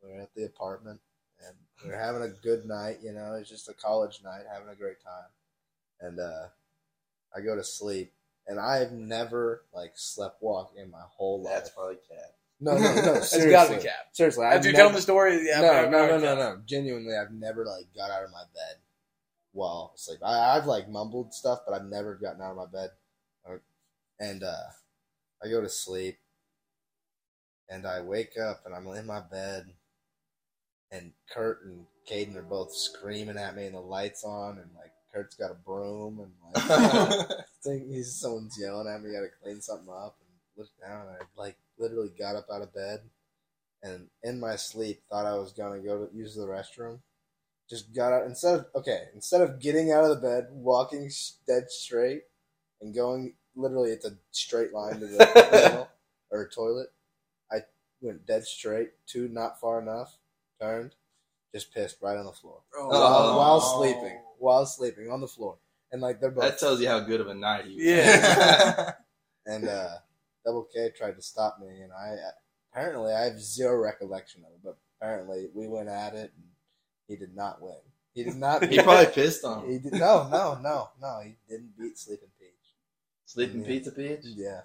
D: We were at the apartment and we were having a good night. You know, it's just a college night, having a great time. And uh, I go to sleep, and I've never like slept walk in my whole life.
C: That's probably cat.
D: no, no, no.
B: It's
D: Seriously,
B: got to be Cap.
D: seriously. I've
B: After you tell him
D: never-
B: the story, yeah,
D: no,
B: I'm-
D: no,
B: I'm-
D: no, no, no. Genuinely, I've never like got out of my bed while asleep. I, I've like mumbled stuff, but I've never gotten out of my bed. Or- And uh, I go to sleep, and I wake up, and I'm in my bed, and Kurt and Caden are both screaming at me, and the lights on, and like Kurt's got a broom, and like think he's someone's yelling at me. Got to clean something up and look down. And I like literally got up out of bed and in my sleep thought I was gonna go to use the restroom. Just got out instead of okay instead of getting out of the bed, walking s- dead straight and going literally it's a straight line to the urinal or toilet. I went dead straight, two not far enough, turned, just pissed right on the floor
A: Oh.
D: while, Uh, while sleeping, while sleeping on the floor, and like they're both
C: That tells you how good of a night he was.
B: Yeah.
D: and uh, Double K tried to stop me, and I apparently I have zero recollection of it, but apparently we went at it, and he did not win. He did not.
C: he probably pissed on him.
D: he did, no, no, no, no. He didn't beat Sleeping Peach.
C: Sleeping
D: Yeah.
C: pizza peach.
D: Yeah,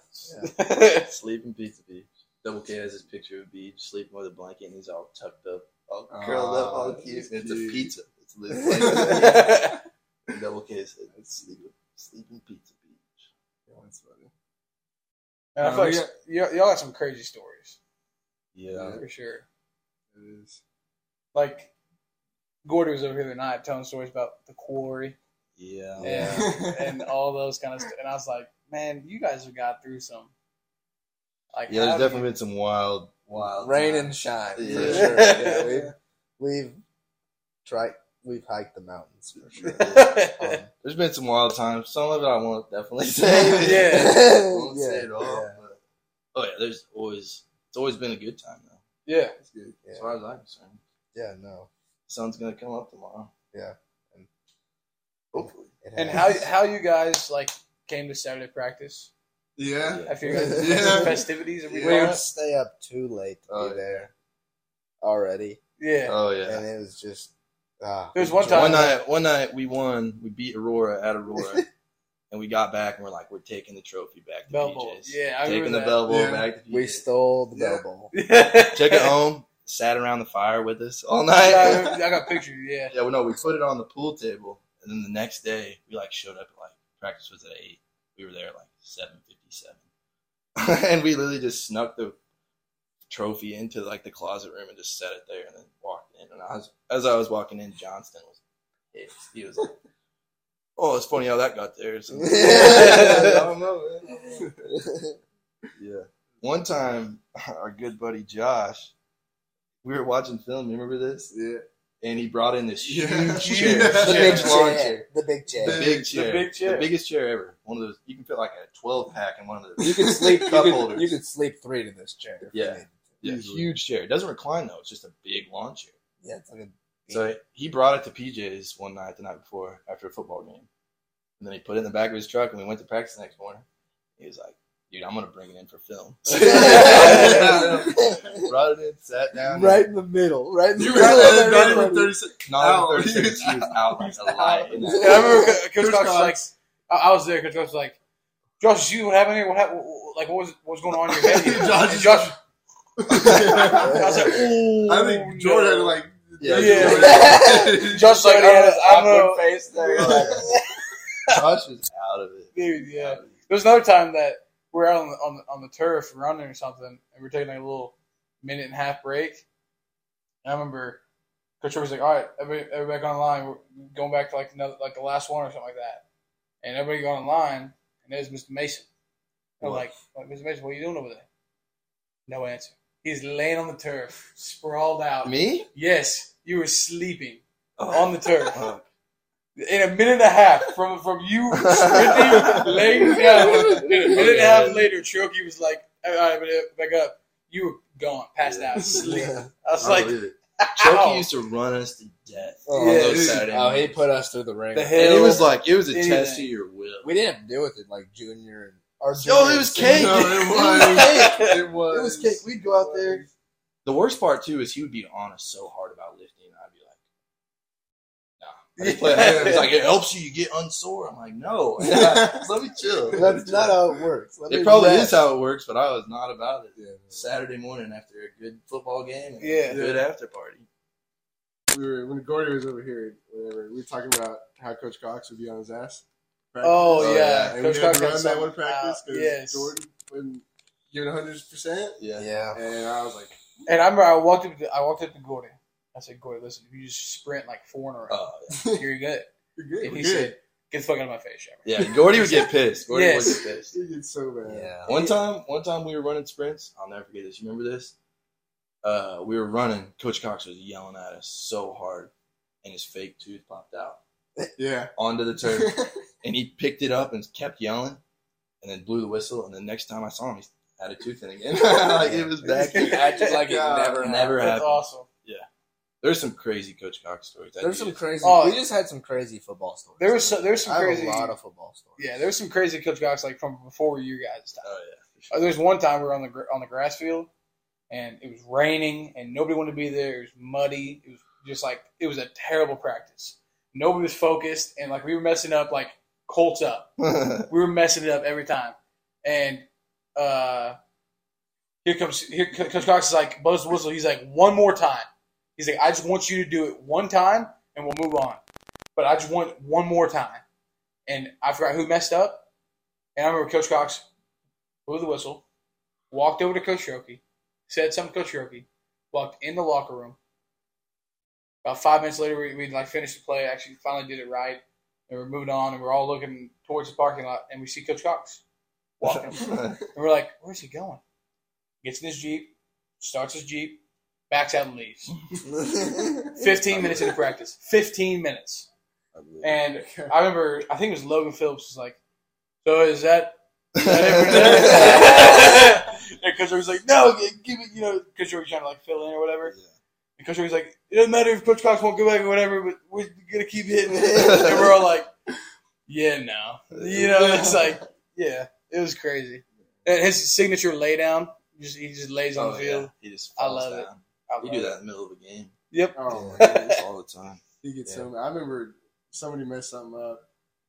D: yeah.
C: Sleeping pizza peach. Double K has this picture of Beach sleeping with a blanket, and he's all tucked up, all curled up, all
A: Aw,
C: cute.
A: he's
C: And Ah, it's a
A: cute.
C: pizza. It's literally like and Double K said, "Sleeping, sleeping pizza beach."
A: That's funny.
B: Man, I feel like y- y'all got some crazy stories
C: Yeah.
B: for sure.
A: It is.
B: Like Gordy was over here the other night telling stories about the quarry
C: Yeah.
B: Yeah. and all those kind of stuff, and I was like, man, you guys have got through some. Like
C: Yeah, there's
B: how do
C: definitely been some wild, wild
D: rain
C: times.
D: and shine
C: Yeah.
D: for sure. Yeah, we've we've tried. We've hiked the mountains for sure.
B: you-
D: Um,
C: There's been some wild times. Some of it I won't definitely say.
B: Yeah.
C: I won't say it all.
D: yeah.
C: But, oh yeah, there's always it's always been a good time though.
B: yeah,
A: That's good.
C: As
D: Yeah,
C: far as I'm concerned,
D: yeah, no.
C: sun's gonna come up tomorrow.
D: Yeah. And-
C: hopefully.
D: It
B: and how
D: has-
B: how you guys like came to Saturday practice
A: Yeah.
B: after you guys
A: Yeah.
B: festivities? or we
D: we
B: call
D: would
B: it?
D: stay up too late to
C: Oh, yeah.
D: be there already,
B: Yeah,
C: Oh yeah.
D: and it was just ah.
B: there was one time.
C: One night, one night we won. We beat Aurora at Aurora, and we got back and we're like, we're taking the trophy back to
B: Bell bowl.
C: PJ's.
B: Yeah, I
C: taking
B: remember
C: the
B: that.
C: bell bowl
A: Yeah.
C: back to PJ's.
D: we stole the
A: Yeah.
D: bell bowl.
C: Took it home. Sat around the fire with us all night.
B: I, I got pictures. Yeah,
C: Yeah, well, no, we put it on the pool table, and then the next day we like showed up at like practice was at eight. We were there at like seven fifty seven, and we literally just snuck the trophy into like the closet room and just set it there, and then walked in. And I was as I was walking in, Johnston was pissed. He was like, "Oh, it's funny how that got there." So- I don't know, man. I don't know. Yeah. One time, our good buddy Josh, we were watching film. You remember this?
A: Yeah.
C: And he brought in this huge
A: Yeah.
C: chair,
A: The
D: the
A: big
D: big
C: huge lawn
D: chair, the big
C: the
D: chair.
C: big chair,
B: The big chair.
C: the biggest chair ever. One of those you can fit like a twelve pack in one of those.
D: You could sleep. You
C: Cup
D: could,
C: holders.
D: you could sleep three to this chair. if you
C: Yeah.
D: needed.
C: yeah,
A: Easily.
C: huge chair. It doesn't recline though. It's just a big lawn chair.
D: yeah. It's like a,
C: So he brought it to PJ's one night, the night before, after a football game, and then he put it in the back of his truck, and we went to practice the next morning. He was like, "Dude, I'm gonna bring it in for film." brought it in, sat down,
D: right in the middle, right in the
A: You were
D: middle.
A: out
D: of
A: there not even
D: everybody.
A: 30 seconds.
C: Not
A: Ow.
C: even 30 seconds. She was out like a light. in
B: yeah
C: that-
B: I remember Coach, Coach
A: Coach
B: Cox was like,
A: Cox.
B: I, I was there. Coach Cox was like, Josh, is you what happened here? What happened? Like, what was what was going on in your head? here?"
A: Josh
B: And
A: is-
B: Josh, I was like,
A: I
B: "Ooh,
A: think Jordan had to,
B: no."
A: like.
C: Yeah.
A: Jordan-
B: Josh like,
C: Somebody had
B: I
C: his
B: don't know,
C: awkward face there. Like, Josh was out of it.
B: dude, yeah. There was another time that we we're out on the, on the, on the turf running or something, and we we're taking like a little minute and a half break. And I remember Coach Troy was like, "All right, everybody, everybody back online. We're going back to like another, like the last one or something like that." And everybody got online, and there's Mr. Mason. I'm
C: What?
B: like, like, "Mr. Mason, what are you doing over there?" No answer. He's laying on the turf, sprawled out.
C: Me?
B: Yes, you were sleeping
C: Oh.
B: on the turf
C: Oh.
B: in a minute and a half from from you sprinting laying down. In a minute and a half later, Cherokee was like, "All right, but back up." You were gone, passed out, asleep. I was like,
C: Choki
B: "Ow."
C: used to run us to death
D: Oh,
C: on those
A: dude.
C: Saturday
D: Oh, he
C: nights.
D: put us through the ring.
B: The
C: And
B: hell-
C: it was like it was a
B: Anything.
C: test to your will.
D: We didn't have to deal with it like junior and our
C: Yo,
D: junior
C: it was
D: and senior.
C: cake.
A: No, it
C: It was
A: was.
C: cake.
A: It was.
C: It was cake. We'd go out there. The worst part too is he would be honest so hard about lifting. I'd be like, Nah. I just play-
B: Yeah.
C: It's like it helps you. You get unsore. I'm like, no. Let me chill.
D: That's not how it works. Let
C: It
D: me
C: probably
D: rest.
C: is how it works, but I was not about it.
A: Yeah.
C: Saturday morning after a good football game. And
B: Yeah.
C: A good after party.
A: We were when Gordy was over here, whatever. We were talking about how Coach Cox would be on his ass.
B: Oh,
C: Oh,
B: yeah.
C: yeah.
A: and
B: Coach
A: we had
B: Cox
A: to
B: had
A: run that
B: something
A: one practice
B: out.
A: because
B: Yes.
A: Jordan wasn't giving hundred percent.
C: Yeah.
D: Yeah.
A: And I was like,
B: And I remember I walked up to I walked up to Gordy. I said, Gordy, listen, if you just sprint like four in a row,
C: Uh,
B: you're good.
A: "You're good.
B: And
A: We're
B: he
A: good."
B: said, Get the fuck out of my face, Trevor.
C: yeah. Gordy would get pissed. Gordy
B: Yes.
C: would get pissed.
A: It gets so bad.
D: Yeah.
C: One time, one time we were running sprints. I'll never forget this. You remember this? Uh, we were running. Coach Cox was yelling at us so hard, and his fake tooth popped out
A: Yeah.
C: onto the turf. and he picked it up and kept yelling, and then blew the whistle. And the next time I saw him, he had a tooth in again. like it was back. He acted like it
A: God,
C: never, never
B: That's
C: happened.
B: awesome.
C: There's some crazy Coach Cox stories. I
D: There's
C: do
D: some
C: just-
D: crazy.
B: Oh.
D: we just had some crazy football stories.
B: There was so- there's some
D: I have
B: crazy-
D: a lot of football stories.
B: Yeah, there was some crazy Coach Cox like from before your guys' time.
C: Oh yeah. for sure.
B: Uh, There's one time we were on the gr- on the grass field, and it was raining, and nobody wanted to be there. It was muddy. It was just like it was a terrible practice. Nobody was focused, and like we were messing up like Colts up. We were messing it up every time, and uh, here comes here Co- Coach Cox is like blows the whistle. He's like one more time. He's like I just want you to do it one time, and we'll move on. But I just want one more time, and I forgot who messed up, and I remember Coach Cox blew the whistle, walked over to Coach Roki, said something to Coach Roki, walked in the locker room. About five minutes later, we, we like finished the play. Actually, finally did it right, and we're moving on, and we're all looking towards the parking lot, and we see Coach Cox walking, and we're like, "Where's he going?" Gets in his jeep, starts his jeep, backs out and leaves. Fifteen minutes into practice. Fifteen minutes,
C: I believe it.
B: and I remember. I think it was Logan Phillips was like, "So is that
C: Yeah.
B: and Coach Rory's like, no, g- give it, you know, Coach Rory's trying to like fill in or whatever. And Coach Rory's like, it doesn't matter if Coach Cox won't go back or whatever, but we're going to keep hitting it. and we're all like, yeah, no. You know, it's like, yeah, it was crazy. And his signature laydown, just, he just lays on
C: Oh,
B: the
C: yeah.
B: field.
C: He just
B: I
C: falls
B: love it.
C: down.
B: I
C: You
B: love
C: do
B: it.
C: that in the middle of a game.
B: Yep.
A: Oh my
C: Yeah,
A: goodness.
C: all the time.
A: He gets
C: Yeah.
A: so I remember somebody messed something up,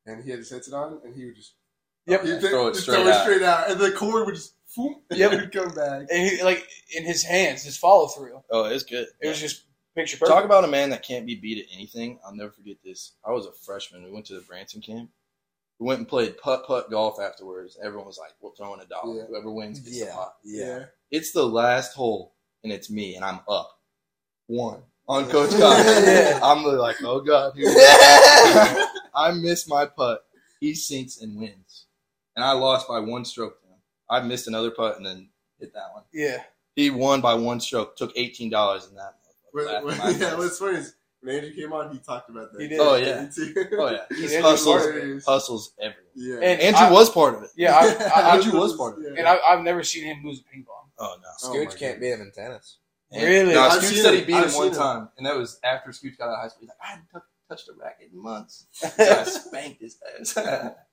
A: and he had his headset on, and he would just
B: Yep.
A: he'd
C: Throw it
A: just
C: straight out.
A: straight out, and the cord would just boom, and
B: Yep.
A: it would come back.
B: And he, like, in his hands, his follow through.
C: Oh, it's good.
B: It was just picture perfect.
C: Talk about a man that can't be beat at anything. I'll never forget this. I was a freshman. We went to the Branson camp. We went and played putt putt golf afterwards. Everyone was like, "We're throwing a dollar.
A: Yeah.
C: Whoever wins gets the
D: Yeah.
C: pot."
D: Yeah.
C: It's the last hole, and it's me, and I'm up one on Coach Cox.
B: Yeah.
C: I'm really like, "Oh God!" here we go."
D: Oh
C: I miss my putt. He sinks and wins, and I lost by one stroke. to him. I missed another putt and then hit that one.
B: yeah.
C: He won by one stroke. Took eighteen dollars in that.
A: When-
C: Laughed
A: when-
C: my
A: yeah,
C: ass.
A: what's funny is when Andrew came on, he talked about that.
B: He did.
C: Oh, yeah.
A: Too.
C: Oh yeah, he
B: Andrew
C: hustles,
A: Martin.
C: hustles everyone.
A: yeah.
B: And
C: Andrew
B: I-
C: was part of it.
B: Yeah. I, I, I,
C: Andrew was part of it.
B: and I, I've never seen him lose a ping pong.
C: Oh no,
A: Oh,
D: Scooch
A: my
D: can't beat him in tennis.
B: Really?
C: No,
A: I've
C: Scooch
A: seen
C: said he
A: him.
C: beat
A: I've
C: him one
A: seen him.
C: time, and that was after Scooch got out of high school. He's like, I haven't tou- touched a racket in months. So I spanked his ass.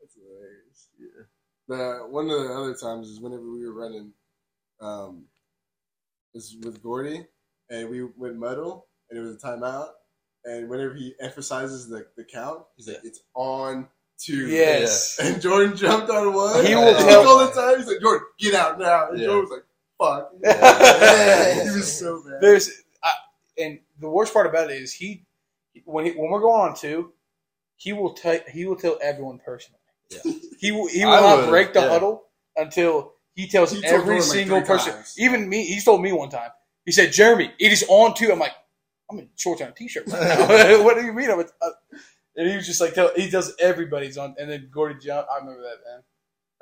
A: That's hilarious. Yeah. The one of the other times is whenever we were running, um, was with Gordy, and we went muddle, and it was a timeout. And whenever he emphasizes the, the count, he's like, "It's on two.
B: Yes.
A: And Jordan jumped on one.
B: He
C: will
A: Like,
C: tell-
A: all the time. He's like, "Jordan, get out now!" And
C: Yeah.
A: Jordan was like, "Fuck."
C: Yeah.
A: he was so bad.
B: There's I, and the worst part about it is he when he, when we're going on two, he will tell he will tell everyone personally.
C: Yeah.
B: He will he will
C: I
B: not
C: would,
B: break the
C: yeah.
B: huddle until he tells
A: He told
B: every
A: Jordan, like,
B: single
A: three
B: person.
A: times.
B: Even me, he told me one time. He said, "Jeremy, it is on two. I'm like, I'm in shorts and a t-shirt right now. what do you mean? I'm a, uh, and he was just like, tell, he tells everybody's on. And then Gordy John, I remember that man.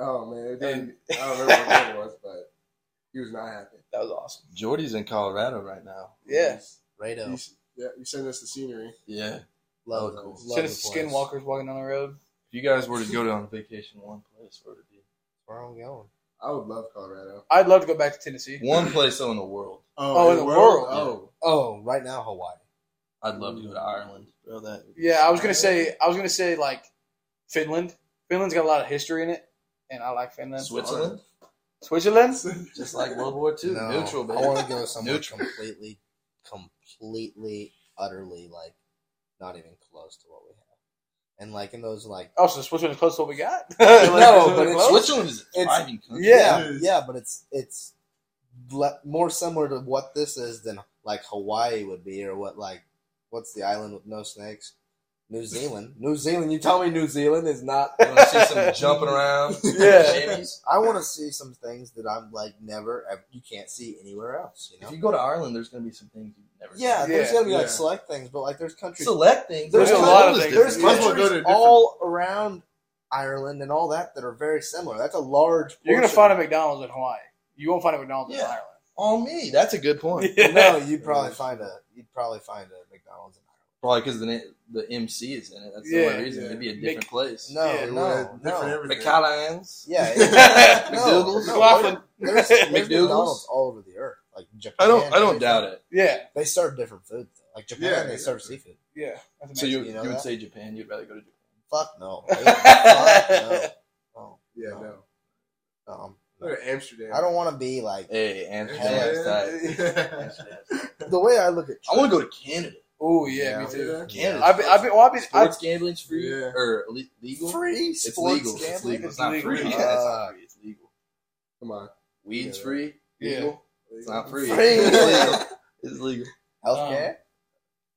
A: oh man, it
B: And-
A: didn't- I don't remember what it was, but he was not happy.
B: That was awesome.
C: Jordy's in Colorado right now.
B: Yeah.
A: You,
D: Rado.
A: s- yeah, you send us the scenery.
C: Yeah.
D: Love
C: Oh,
D: it.
C: cool.
D: Love
B: Send
D: the
B: us
D: place.
B: skinwalkers walking down the road.
C: If you guys were to go on vacation one place, where would it
D: Where are we going?
A: I would love Colorado.
B: I'd love to go back to Tennessee.
C: be? One place though in the world.
B: Oh, in the world.
A: Oh,
D: Oh, right now Hawaii.
C: I'd love to go to Ireland. Bro, that
B: Yeah, I was gonna say I was gonna say like Finland. Finland's got a lot of history in it, and I like Finland.
C: Switzerland.
B: Switzerland?
C: Just like World War II,
D: No,
C: neutral,
D: I want to
C: baby.
D: go somewhere
C: Neutral.
D: completely, completely, utterly like not even close to what we have, and like in those like
B: Oh, so Switzerland is close to what we got?
D: No, but it's-
B: Close?
C: Switzerland is a
D: It's-
C: thriving country.
D: yeah yeah,
A: Yes.
D: but it's it's le- more similar to what this is than like Hawaii would be or what like what's the island with no snakes. New Zealand, New Zealand. You tell me New Zealand is not
C: You want to see some jumping around?
B: Yeah.
C: Jimmies?
D: I want to see some things that I'm like never ever, you can't see anywhere else. You
C: If
D: know?
C: you go to Ireland, there's gonna be some things you've never.
D: Yeah,
B: Yeah,
D: there's gonna be
A: yeah.
D: like select things, but like there's countries,
C: select things.
D: There's
C: There's
D: a
B: lot of
C: countries-
B: things.
D: there's
A: You might as well
D: countries
A: go to a different-
D: all around Ireland and all that that are very similar. That's a large.
B: You're going to
D: portion.
B: find a McDonald's in Hawaii. You won't find a McDonald's
C: Yeah.
B: in Ireland.
C: on me. That's a good point.
B: Yeah.
D: no, you'd probably find a you'd probably find a McDonald's in Ireland.
C: Probably because the na- the MC is in it. That's
B: Yeah,
C: the only reason.
A: yeah.
C: It'd be a different place.
D: No,
B: Yeah,
D: no,
A: different
D: no.
A: everything.
C: McAllian's.
D: Yeah, it- no,
C: McDougal's.
D: no,
B: McLaughlin.
D: there's, there's
C: McDougal's?
D: McDonald's all over the earth, like Japan.
C: I don't. I don't doubt
D: everything.
C: it.
B: Yeah,
D: They serve different food. Though. Like Japan,
A: Yeah,
D: they
A: yeah.
D: serve seafood.
B: yeah. That's
C: So you,
D: You
C: you,
D: know
C: would
D: that?
C: say Japan? You'd rather go to Japan?
D: Fuck no. Fuck no. No,
A: Yeah, no.
D: no.
A: Go to Amsterdam.
D: I don't want to be like
C: Hey, Amsterdam's tight. Amsterdam's tight.
D: the way I look at.
C: I want to go to Canada.
B: Oh yeah,
D: Yeah.
B: me too.
C: Canada.
B: I've been, I've been, well, I've been, I've,
C: Sports gambling's free
A: Yeah.
C: or le- legal?
D: E. free
C: It's
D: sports
C: legal. It's
D: gambling.
C: legal.
B: It's
C: It's not
B: legal.
C: free. Yeah, it's
D: Uh,
C: not free. It's legal.
A: Come on.
C: Weed's
D: Yeah.
C: free.
B: Yeah.
C: Legal. It's not free.
D: Free.
C: It's legal. It's legal.
D: Healthcare.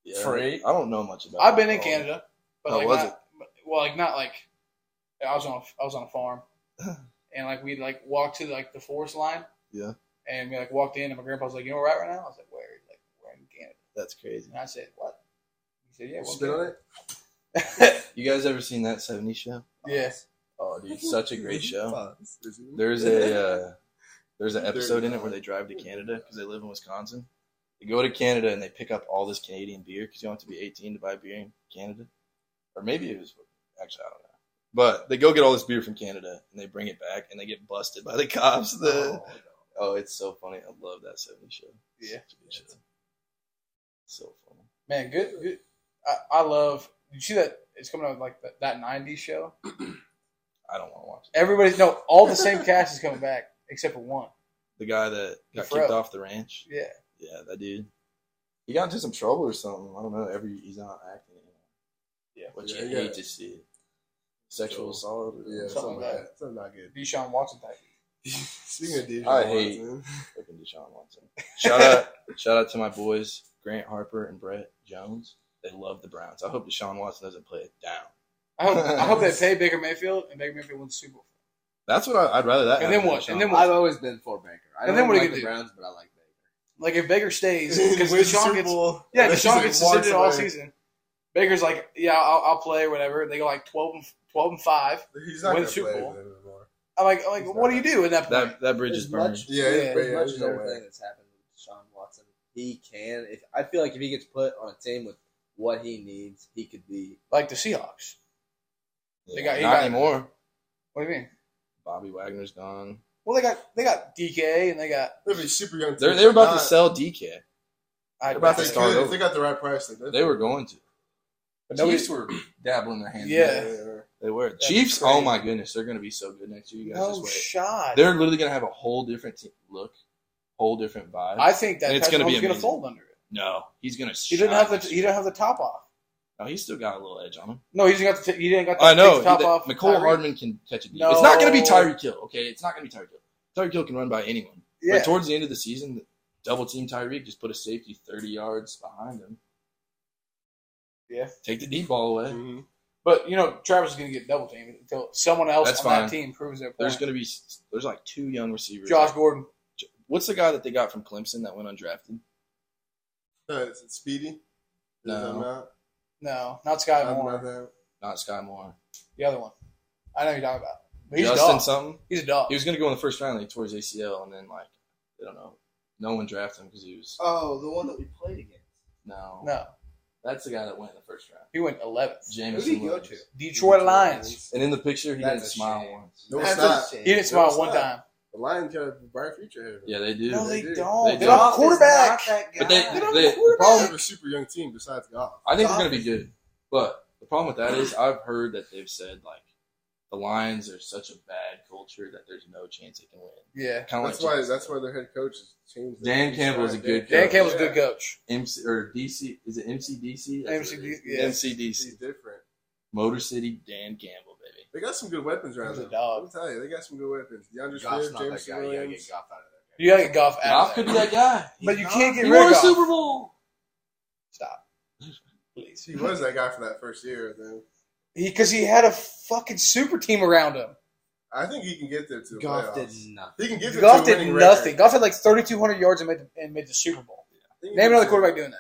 C: Yeah.
B: Free.
C: I don't know much about.
B: I've been in
C: it.
B: Canada, but
C: How
B: like
C: was
B: not, but- well, like not like I was on a, I was on a farm, and like we like walked to like the forest line.
C: Yeah.
B: And we like walked in, and my grandpa was like, "You know where we're at right now?" I was like, "Where?" He's like, "We're in Canada."
C: That's crazy.
B: And I said, "What?" He said, "Yeah,
A: You
B: we're in
A: spit on
B: Canada."
A: it?
C: You guys ever seen that '70s show?
B: yeah.
C: Oh, dude, such a great show.
A: Fuck. Is it?
C: There's a uh, there's an episode in it where they drive to Canada because they live in Wisconsin. They go to Canada and they pick up all this Canadian beer because you don't have to be 18 to buy beer in Canada, or maybe it was actually I don't know. But they go get all this beer from Canada and they bring it back and they get busted by the cops. The
D: Oh, no.
C: oh, it's so funny. I love that '70s show.
B: Yeah.
C: Such a good show. so funny.
B: Man, good, good. I, I love. You see that it's coming out with, like that, that '90s show.
C: I don't want to watch it.
B: Everybody's no, all the same cast is coming back except for one.
C: The guy that got
B: Fro.
C: kicked off the ranch.
B: Yeah.
C: Yeah, that dude. He got into some trouble or something. I don't know. Every he's not acting anymore.
B: Yeah.
C: which
A: Yeah,
C: you
A: he
C: hate
A: got-
C: to see. Sexual
A: So-
C: assault. Or
A: Yeah,
B: Something
A: something
B: like
A: like that. Something not good.
B: Deshaun Watson type.
A: Speaking of DJ,
C: I hate-
A: Watson,
C: Fucking Deshaun Watson. Shout out, shout out to my boys Grant Harper and Brett Jones. They love the Browns. I hope Deshaun Watson doesn't play it down.
B: I hope, I hope they pay Baker Mayfield and Baker Mayfield wins the Super Bowl.
C: That's what I, I'd rather that.
B: And
C: happen
B: then
C: than
B: what?
C: Deshaun
B: And then what?
D: I've always been for Baker. I
B: And
D: don't
B: then what are
D: like
B: you
D: the
B: gonna do?
D: Browns, but I like Baker.
B: Like if Baker stays, because
A: Wins the
B: Deshaun
A: Super
B: gets
A: Bowl.
B: yeah,
A: Just
B: Deshaun gets
A: walks
B: suspended all
A: away.
B: season. Baker's like, yeah, I'll, I'll play or whatever. They go like 12 and, 12 and five.
A: He's not going
B: Win the
A: to
B: Super
A: play
B: Bowl.
A: them anymore.
B: I'm like, I'm
A: He's
B: like, what do you
A: not.
B: do at that point?
C: That that bridge
D: As
C: is burned.
D: much-
A: Yeah, yeah,
B: Yeah,
A: but
D: as
A: yeah,
D: much
A: there's
D: as
A: no
D: everything
A: way.
D: that's happened with Deshaun Watson, he can. If I feel like if he gets put on a team with what he needs, he could be.
B: like the Seahawks. They got- he
C: not
B: got-
C: anymore.
B: What do you mean?
C: Bobby Wagner's gone.
B: Well, they got they got DK and they got.
A: They'll be super young.
C: They're,
A: too.
C: they were about
A: Not-
C: to sell DK.
B: I,
C: They're about
A: If
C: to
A: they,
C: start
A: could, if
C: over.
A: they got the right price. They
C: They were going to.
B: But
C: But
B: nobody-
C: Chiefs were dabbling their hands. in
B: Yeah.
C: it. they were. Chiefs. Oh my goodness, they're going to be so good next year. You guys
B: no
C: just wait.
B: shot.
C: They're literally going to have a whole different te- look, whole different vibe.
B: I think that
C: And
B: it's
C: it's
B: going
C: gonna be
B: to
C: amazing.
B: fold under it.
C: no, he's going to.
B: He didn't have the he didn't have the top off.
C: No, he's still got a little edge on him.
B: No, he didn't got the t- he didn't got the,
C: I know.
B: take the top
C: He-
B: off.
C: Nicole
B: Tyreek.
C: Hardman can catch it. deep.
B: No.
C: It's not going to be Tyreek Hill. Okay, it's not going to be Tyreek Hill. Tyreek Hill can run by anyone.
B: Yeah.
C: But towards the end of the season, double team Tyreek just put a safety thirty yards behind him.
B: Yeah.
C: Take the deep ball away.
A: hmm
B: But you know, Travis is going to get double teamed until someone else
C: That's
B: on that
C: fine.
B: team proves their point.
C: There's going to be s- there's like two young receivers.
B: Josh Gordon.
C: What's the guy that they got from Clemson that went undrafted?
A: Uh, is it Speedy?
C: No.
A: Is it not?
B: No, not Sky
A: I'm
B: Moore.
A: not that-
C: Not Sky Moore.
B: The other one. I know who you're talking about. But he's a
C: Justin
B: dog.
C: something.
B: He's a dog.
C: He was going to go in the first round. They tore his ACL, and then like I don't know, no one drafted him because he was
D: Oh, the one that we played against.
C: no.
B: no,
C: That's the guy that went in the first round.
B: he went 11th.
C: Jameson
D: Who'd he go
C: Williams.
D: to?
B: Detroit Lions.
C: And in the picture, he
D: That's
C: didn't
D: a
C: smile
D: shame.
C: once.
A: No,
D: That's
A: it's
D: a
A: not.
D: shame.
B: He didn't
A: No,
B: smile
A: it's
B: one
A: not.
B: time.
A: The Lions got a bright future here.
C: Yeah, they do.
B: No,
A: they
B: they
A: do.
B: don't. They,
C: They
B: don't have a
D: Goff is
B: quarterback.
D: not that
C: but they,
D: guy.
B: They don't
C: they-
B: have a
C: the
A: They
C: problem,
A: have a super young team besides golf.
C: I think they're going to be good. But the problem with that is, I've heard that they've said like the Lions are such a bad culture that there's no chance they can win.
B: Yeah.
C: Kinda
A: That's
C: like
A: why.
C: Jets.
A: That's why their head coach has changed.
C: Dan Campbell is a good
B: Dan
C: coach.
B: Campbell's a
A: Yeah.
B: good coach.
C: MC or DC is it MCDC? That's what it is.
B: MCD yeah.
A: He's
C: MCDC.
A: different.
C: Motor City Dan Campbell, baby.
A: They got some good weapons around
D: He's a
A: them.
D: dog.
A: Let me tell you, they got some good weapons. DeAndre
D: Goff's
A: Swift,
D: not that
A: Jameson
D: guy. You gotta
A: Williams.
D: get Goff out of there.
B: You gotta get Goff out
C: Goff
B: of
C: could
B: there.
C: be that guy.
B: But you can't get
C: He
B: rid
C: won
B: of
C: a
B: Goff.
C: Super Bowl.
D: Stop.
B: Please.
A: He was that guy for that first year. Then
B: Because he, had a fucking super team around him.
A: I think he can get there to the
D: Goff
A: playoffs.
D: did nothing.
A: He can get there to a
B: Goff did
A: winning record.
B: nothing. Goff had like 3,200 yards and made, the, and made the Super Bowl.
A: He can
B: Name
A: get
B: another
A: to-
B: quarterback doing that.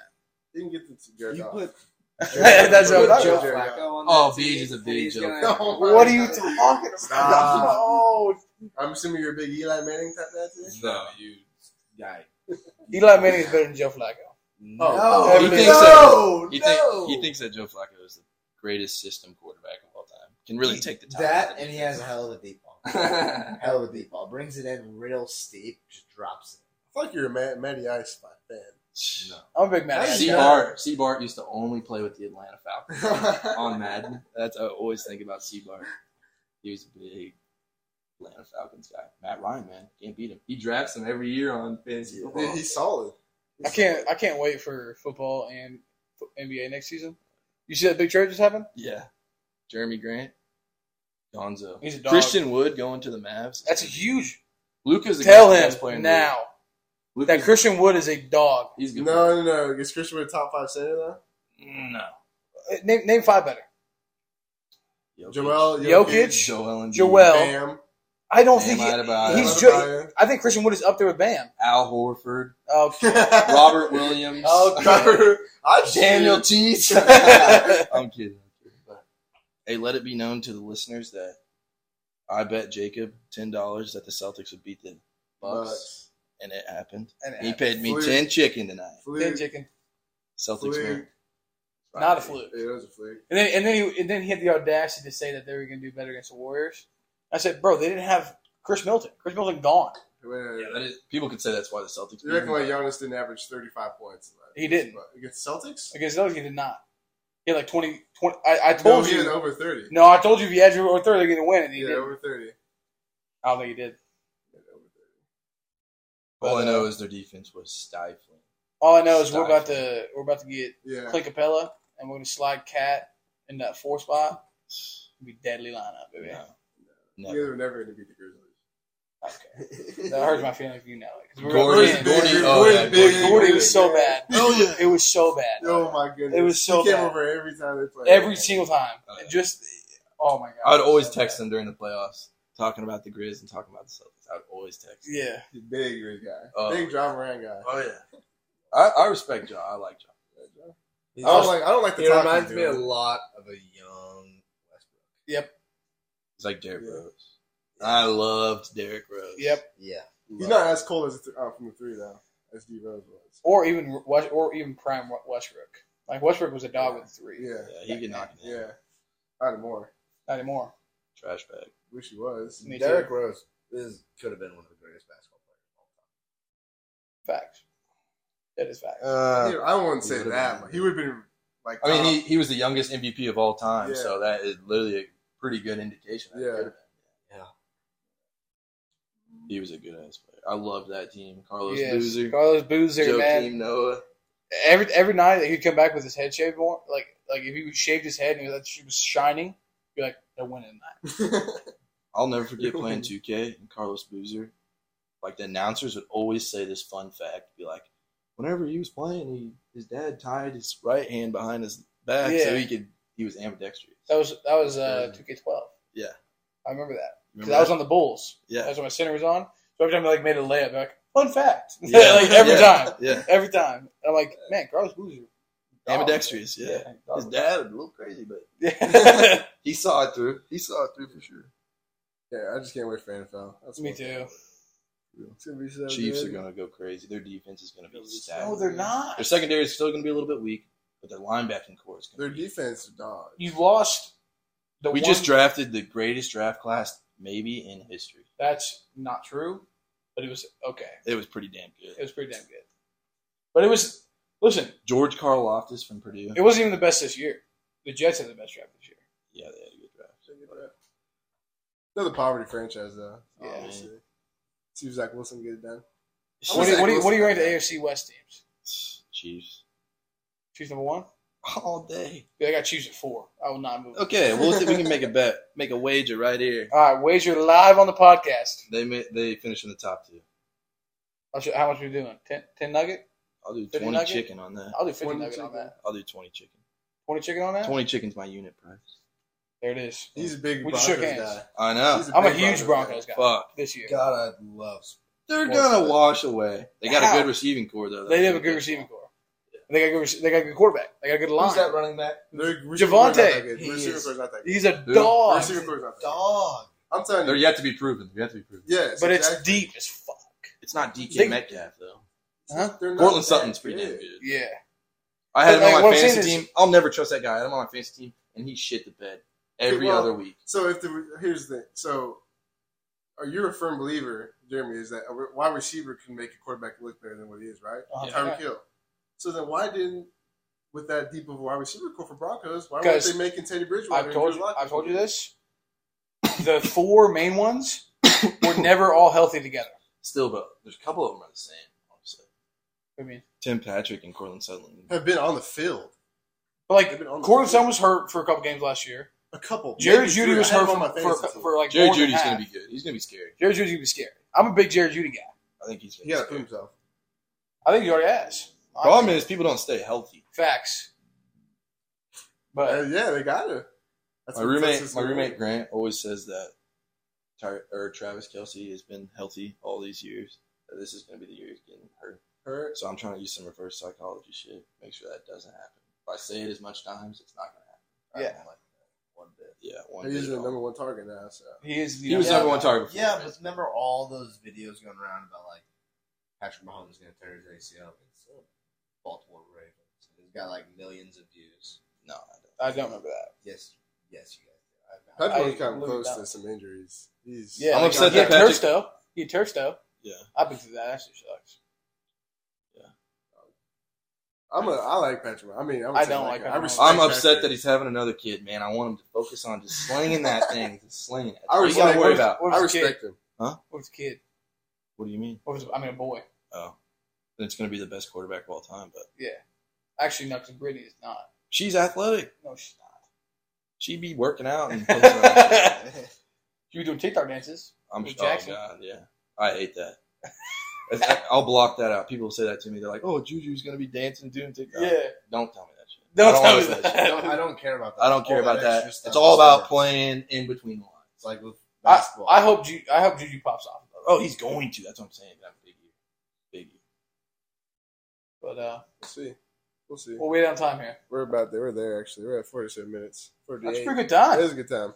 A: He can get to Jared
D: You
A: Goff.
D: put
B: That's what I'm
A: Put
B: talking
A: Joe
B: about.
A: Flacco.
D: on
C: Oh,
D: that
C: Beej
D: team,
C: is a big
D: he's
C: joke.
D: gonna-
A: Oh,
B: What are you talking about?
A: Stop.
B: Oh,
A: I'm assuming you're a big Eli Manning type guy today.
C: No, you.
D: Guy.
B: Eli Manning is better than Joe Flacco.
D: No.
B: Oh,
C: he
B: no,
C: thinks that, he, think, he thinks that Joe Flacco is the greatest system quarterback of all time. Can really take the time.
D: That and he has a hell of a deep ball.
C: I
D: hell of a deep ball. Brings it in real steep, just drops it.
A: I like you're a Matt, Matty Ice fan.
B: I'm a big man.
A: That's
C: C Bart C Bart used to only play with the Atlanta Falcons on Madden. That's I always think about C Bart. He was a big Atlanta Falcons guy. Matt Ryan, man, can't beat him. He drafts him every year on fantasy football.
A: Dude, he's solid.
B: I can't. I can't wait for football and fo- NBA next season. You see that big trade just happened?
C: yeah, Jeremy Grant, Gonzo,
B: He's a dog.
C: Christian Wood going to the Mavs.
B: That's a huge.
C: Luca's the
B: Tell him
C: best player in the league.
B: now that
C: Luka's-
B: Christian Wood is a dog.
C: he's good.
A: No, no, no. Is Christian Wood a top five center though?
C: no.
B: Uh, Name name five better.
C: Jokic.
A: Joel,
B: Jokic,
C: Joel, and
B: Joel.
A: Bam,
B: I don't
C: Bam
B: think he-
C: Adebayo.
B: he's. Ju-
A: Adebayo.
B: I think Christian Wood is up there with Bam.
C: Al Horford,
B: Oh,
C: Robert Williams,
B: Oh,
A: Robert- I
C: Daniel Cheese. I'm kidding. I'm kidding. But, hey, let it be known to the listeners that I bet Jacob ten dollars that the Celtics would beat the Bucks,
A: Bucks.
C: and it happened.
B: and
C: He paid me
A: Fluke.
C: ten chicken tonight.
A: Fluke.
B: then chicken,
C: Celtics
A: Fluke.
C: win.
B: not a fluke.
A: Yeah, It was a fluke.
B: And then and then he and then he had the audacity to say that they were going to do better against the Warriors. I said, bro, they didn't have Chris Milton. Chris Milton gone.
A: Wait,
C: Yeah, that is, people could say that's why the Celtics.
A: You reckon
C: beat
A: like
C: them.
A: Giannis didn't average 35 points?
B: He didn't.
A: But against Celtics?
B: Against those, he did not. He had like 20. 20 I, I
A: No,
B: told
A: he
B: you.
A: had over 30.
B: No, I told you if he had Drew or third, they're going to win, and he
A: Yeah,
B: did.
A: over 30. He
B: I don't think he did.
A: had over 30.
C: All I know is their defense was stifling.
B: All I know is we're about
C: Stop.
B: to we're about to get
A: Yeah.
B: Clay Capella, and we're going to slide Cat in that four spot. It'll be deadly lineup, baby.
C: No,
A: You
C: never.
A: guys were never going to beat the Grizzlies.
B: Okay, that hurts my feelings. You know it. 'Cause we were up
C: Gordy,
A: Gordon-
B: against-
C: Gordy,
A: Gordon-
C: oh, yeah,
A: Gordon-
C: Gordy.
A: Gordon-
B: Gordy was so bad.
A: Oh, yeah.
B: It was so bad.
A: Oh, my goodness.
B: It was so
A: He came
B: bad.
A: over every time they played.
B: Every single time,
C: Oh, yeah.
B: And just oh my god.
C: I would always
B: So
C: text
B: bad.
C: them during the playoffs, talking about the Grizz and talking about the Celtics. I would always text. Them.
B: Yeah,
A: He's big, big guy.
C: Oh.
A: Big John Moran guy.
C: Oh yeah, I, I respect John. I like John.
A: I don't like. I don't like the
D: He
A: talk he's
D: reminds me a
A: doing.
D: lot of a young Westbrook.
C: He's like Derrick
A: Yeah.
C: Rose. I loved Derrick Rose.
B: yep.
D: Yeah.
A: He's not as cold as th- uh, from the three though, as D Rose was.
B: Or even West, or even prime Westbrook. Like Westbrook was a dog with three.
A: Yeah,
C: Yeah, he could knock it down.
A: yeah. Not more.
B: Not anymore.
C: Trash bag.
A: Wish he was.
B: Me
D: Derrick
B: too.
D: Rose is, could have been one of the greatest basketball players of all time.
B: Facts. That is facts.
A: uh, He- I wouldn't say
C: would've
A: that,
C: been-
A: but he would have been like.
C: I mean,
A: top-
B: Um,
C: he, he was the youngest MVP of all time,
A: Yeah.
C: so that is literally a pretty good indication. that it
A: Yeah.
C: could've been.
D: Yeah.
C: He was a good ass player. I loved that team. Carlos
B: Yes.
C: Boozer,
B: Carlos Boozer, man.
C: Joakim Noah.
B: Every every night that he'd come back with his head shaved more, like like if he shaved his head and he was, she was shining, you're like they're winning tonight.
C: I'll never forget playing 2K and Carlos Boozer. Like the announcers would always say this fun fact, be like, whenever he was playing, he his dad tied his right hand behind his back so
B: Yeah. Oh,
C: he could he was ambidextrous.
B: That was that was uh two K twelve.
C: Yeah.
B: I remember that because
C: Remember
B: I was
C: that?
B: on the Bulls.
C: yeah.
B: That's when my center was on. So every time I like made a layup, they're like fun fact,
C: Yeah.
B: like every
C: Yeah.
B: time.
C: Yeah.
B: Every time. And I'm like, man, Carlos Boozer.
C: Ambidextrous, yeah. His
B: dog.
C: dad was a little crazy, but
B: Yeah.
C: he saw it through. He saw it through for sure.
A: yeah, I just can't wait for NFL. That's
B: Me
A: one.
B: too.
A: It's gonna be so
C: Chiefs
A: good.
C: are gonna go crazy. Their defense is gonna be
B: No,
C: stacked.
B: they're not.
C: Their secondary is still gonna be a little bit weak, but their linebacking core is
A: Their
C: gonna be
A: defense, dog.
B: You lost the
C: We
B: one-
C: just drafted the greatest draft class maybe in history.
B: That's not true, but it was okay.
C: It was pretty damn good.
B: It was pretty damn good. But it was listen,
C: George Karloftis from Purdue.
B: it wasn't even the best this year. The Jets had the best draft this year.
C: yeah, they had a good draft.
A: They're the poverty franchise, though.
C: Yeah.
A: Obviously. See if Zach Wilson can get it done.
B: What do, you-
A: Zach
B: what, do you, what do you rank
A: Wilson.
B: the AFC West teams?
C: Chiefs
B: Chiefs number one.
C: all day.
B: Yeah, I got Chiefs at four. I will not move.
C: Okay, we'll see if we can make a bet, make a wager right here.
B: All right, wager live on the podcast.
C: They may, they finish in the top two.
B: How much- How much are we doing? 10, 10 nugget?
C: I'll do
B: Fifty
C: twenty
B: nugget?
C: chicken on that.
B: I'll do 50
A: Twenty
B: nugget on
A: chicken.
B: that.
C: I'll do twenty chicken.
B: 20 chicken on that?
C: Twenty chicken's my unit price.
B: There it is.
A: He's a big
B: We just
A: Broncos
B: shook hands.
A: guy.
C: I know.
A: He's
B: I'm a
A: big
B: huge Broncos guy
C: Fuck.
B: this year.
D: God, I love.
A: Well,
C: They're gonna
A: but-
C: wash away. They got
B: uh, How?
C: a good receiving core though.
B: They have a good receiving core. They got a good. rec- They got a good quarterback. They got a good line.
D: Who's that running back?
A: Their receiver
B: Javonte.
A: core's not that good.
D: He
A: Receiver
D: is-
A: core's not that good.
B: He's a
C: Who?
B: dog,
A: Receiver core's not that good.
D: Dog.
A: I'm telling
C: They're
A: you.
C: yet to be proven. They're yet to be proven.
A: Yes,
B: but it's
A: exactly.
B: deep as fuck.
C: It's not DK
B: They-
C: Metcalf though.
B: Huh?
A: They're not
C: Portland
A: that
C: Sutton's pretty damn
A: good.
C: good.
B: Yeah.
C: I had him
B: But, like,
C: on
B: what
C: my
B: I'm saying
C: fantasy
B: is-
C: team. I'll never trust that guy. I had him on my fantasy team, and he shit the bed every
A: Well,
C: other week.
A: So if the here's the thing. So are you a firm believer, Jeremy, is that a re- wide receiver can make a quarterback look better than what he is, right?
B: Uh-huh.
A: Tyreek Hill. So then why didn't with that deep of a wide receiver core for Broncos, why weren't
B: 'Cause
A: they making Teddy Bridgewater?
B: I've
A: and
B: told
A: Drew
B: you.
A: Lock?
B: I've told you this. The four main ones were never all healthy together.
C: Still, but there's a couple of them are the same. Honestly,
B: I mean,
C: Tim Patrick and Cortland Sutton.
A: have been on the field.
B: but
A: They've
B: like
A: been on the
B: Cortland
A: field.
B: Sutton was hurt for a couple games last year.
A: A couple.
B: Jerry
A: Maybe
B: Judy
A: three.
B: was
A: I had
B: hurt
A: him on
B: for,
A: my
B: for,
A: fantasy team.
B: for like
C: Jerry
B: more than
C: Judy's gonna
B: half.
C: be good. He's gonna be scary.
B: Jerry Judy's gonna be scary. I'm a big Jerry Judy guy.
C: I think he's. Gonna
A: He got
C: be
A: to prove
C: scary.
A: himself.
B: I think he already has.
C: Problem is, people don't stay healthy.
B: Facts.
A: Uh,
B: But
A: yeah, they got to. That's
C: my
A: what
C: roommate,
A: Texas
C: my
A: is doing.
C: roommate Grant always says that Ty- or Travis Kelsey has been healthy all these years. That this is going to be the year he's getting hurt.
A: Hurt.
C: So I'm trying to use some reverse psychology shit, make sure that doesn't happen. If I say it as much times, it's not going to happen.
B: Yeah.
C: I don't like that one bit. Yeah, one
A: They're
C: bit
A: using
C: at
A: the
C: all.
A: number one target now. So
B: he is.
C: He was
D: Yeah,
C: number
D: but-
C: one target. Before,
D: Yeah,
C: man.
D: but remember all those videos going around about like Patrick Mahomes going to tear his ACL against the Baltimore Ravens. It's got like millions of views.
C: no, I
B: I don't remember that.
D: Yes, yes, you guys. did. I- I-
A: Patrick's gotten
B: look at
A: close
B: that.
A: to some injuries. He's
B: Yeah,
C: I'm
B: like,
C: upset
B: he
C: that
B: had
C: Patrick-
B: Tursto. He had Tursto.
C: Yeah.
B: I've been through that. That Actually, sucks.
A: I'm a. I like Patrick. I mean, I'm a
B: I
A: Texas
B: don't
A: guy.
B: like
A: I
B: Patrick.
A: respect
C: don't. I'm upset
A: Patrick.
C: that he's having another kid, man. I want him to focus on just slinging that thing, just slinging it.
A: I
C: What do you got
A: respect-
C: to worry about?
B: What
A: I
B: was the kid?
A: respect him.
B: What was the kid?
C: What do you mean?
B: What was I mean a boy?
C: Oh, then it's going to be the best quarterback of all time. But
B: Actually, no, because Brittany is not.
C: she's athletic.
B: No, she's not.
C: She be working out and.
B: You were doing TikTok dances.
C: I'm
B: With
C: sure.
B: Jackson?
C: Oh God, yeah, I hate that. I- I'll block that out. People say that to me. They're like, "Oh, Juju's gonna be dancing, doing TikTok." Don't tell me that shit.
B: Don't,
C: I don't
B: tell
C: wanna
B: me
C: say
B: that.
C: shit.
D: I don't, I don't care about that.
C: I don't care
D: All
C: about that.
D: extra stuff
C: It's all
D: is
C: about
D: garbage.
C: playing in between the lines.
D: It's like with
B: I,
D: basketball.
B: I hope Ju- I hope Juju pops off.
C: Oh, he's going to. That's what I'm saying. That big year, big E. year.
B: But uh,
A: We'll see. We'll see.
B: we'll wait on time here.
A: We're about there. We're there actually. We're at 47 minutes. 48.
B: That's a pretty good
A: It
B: time.
A: was a good time.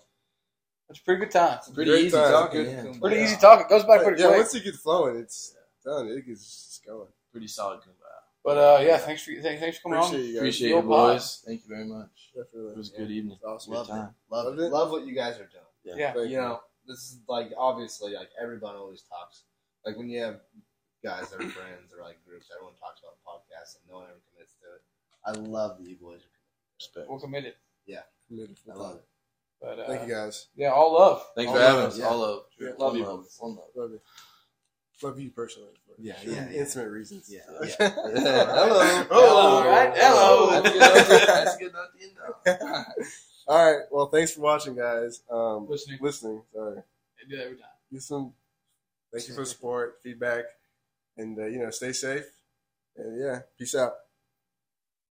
B: That's a pretty good time.
C: Pretty
A: Great
C: easy
A: time.
C: talking.
D: Good-
C: yeah.
B: Pretty
D: Yeah.
B: easy talk. It goes by
A: But,
B: pretty
A: yeah,
B: quick.
A: once it gets flowing, it's done. It gets just going.
C: Pretty solid. kumbaya.
B: But uh, yeah, thanks for thanks, thanks for coming
A: Appreciate
B: on.
A: you guys.
C: Appreciate
B: Yo,
C: it, boys. Thank you very much.
A: Definitely.
C: It was a
A: Yeah.
C: good evening.
A: It's awesome.
C: Good
D: Love
C: time.
D: love
A: Loved
D: it.
A: it.
D: Love what you guys are doing.
B: Yeah.
A: Thank
D: you know, this is like obviously like everyone always talks. Like when you have guys that are friends or like groups, everyone talks about podcasts and no one ever commits to it. I love that you boys are
C: Respect.
B: We're committed.
A: committed for
D: committed. I love it.
B: But
A: that.
B: uh,
A: Thank you guys.
B: yeah, all love.
C: Thanks
D: All
C: for
D: love,
C: having us.
D: yeah.
C: All of
A: Yeah.
C: One
A: Love you.
C: love. One love.
A: Love you. Love you personally.
D: Yeah,
A: Sure.
D: yeah, yeah.
A: Intimate reasons.
D: Yeah.
C: Hello.
A: Oh,
B: right?
A: hello.
C: That's good enough to- that's good enough to end on.
A: All right. Well, thanks for watching, guys. Um,
B: Listening.
A: listening. Sorry.
B: I do that every time.
A: Get some. Thank you for the support, feedback, and uh, you know, stay safe. And yeah, peace out.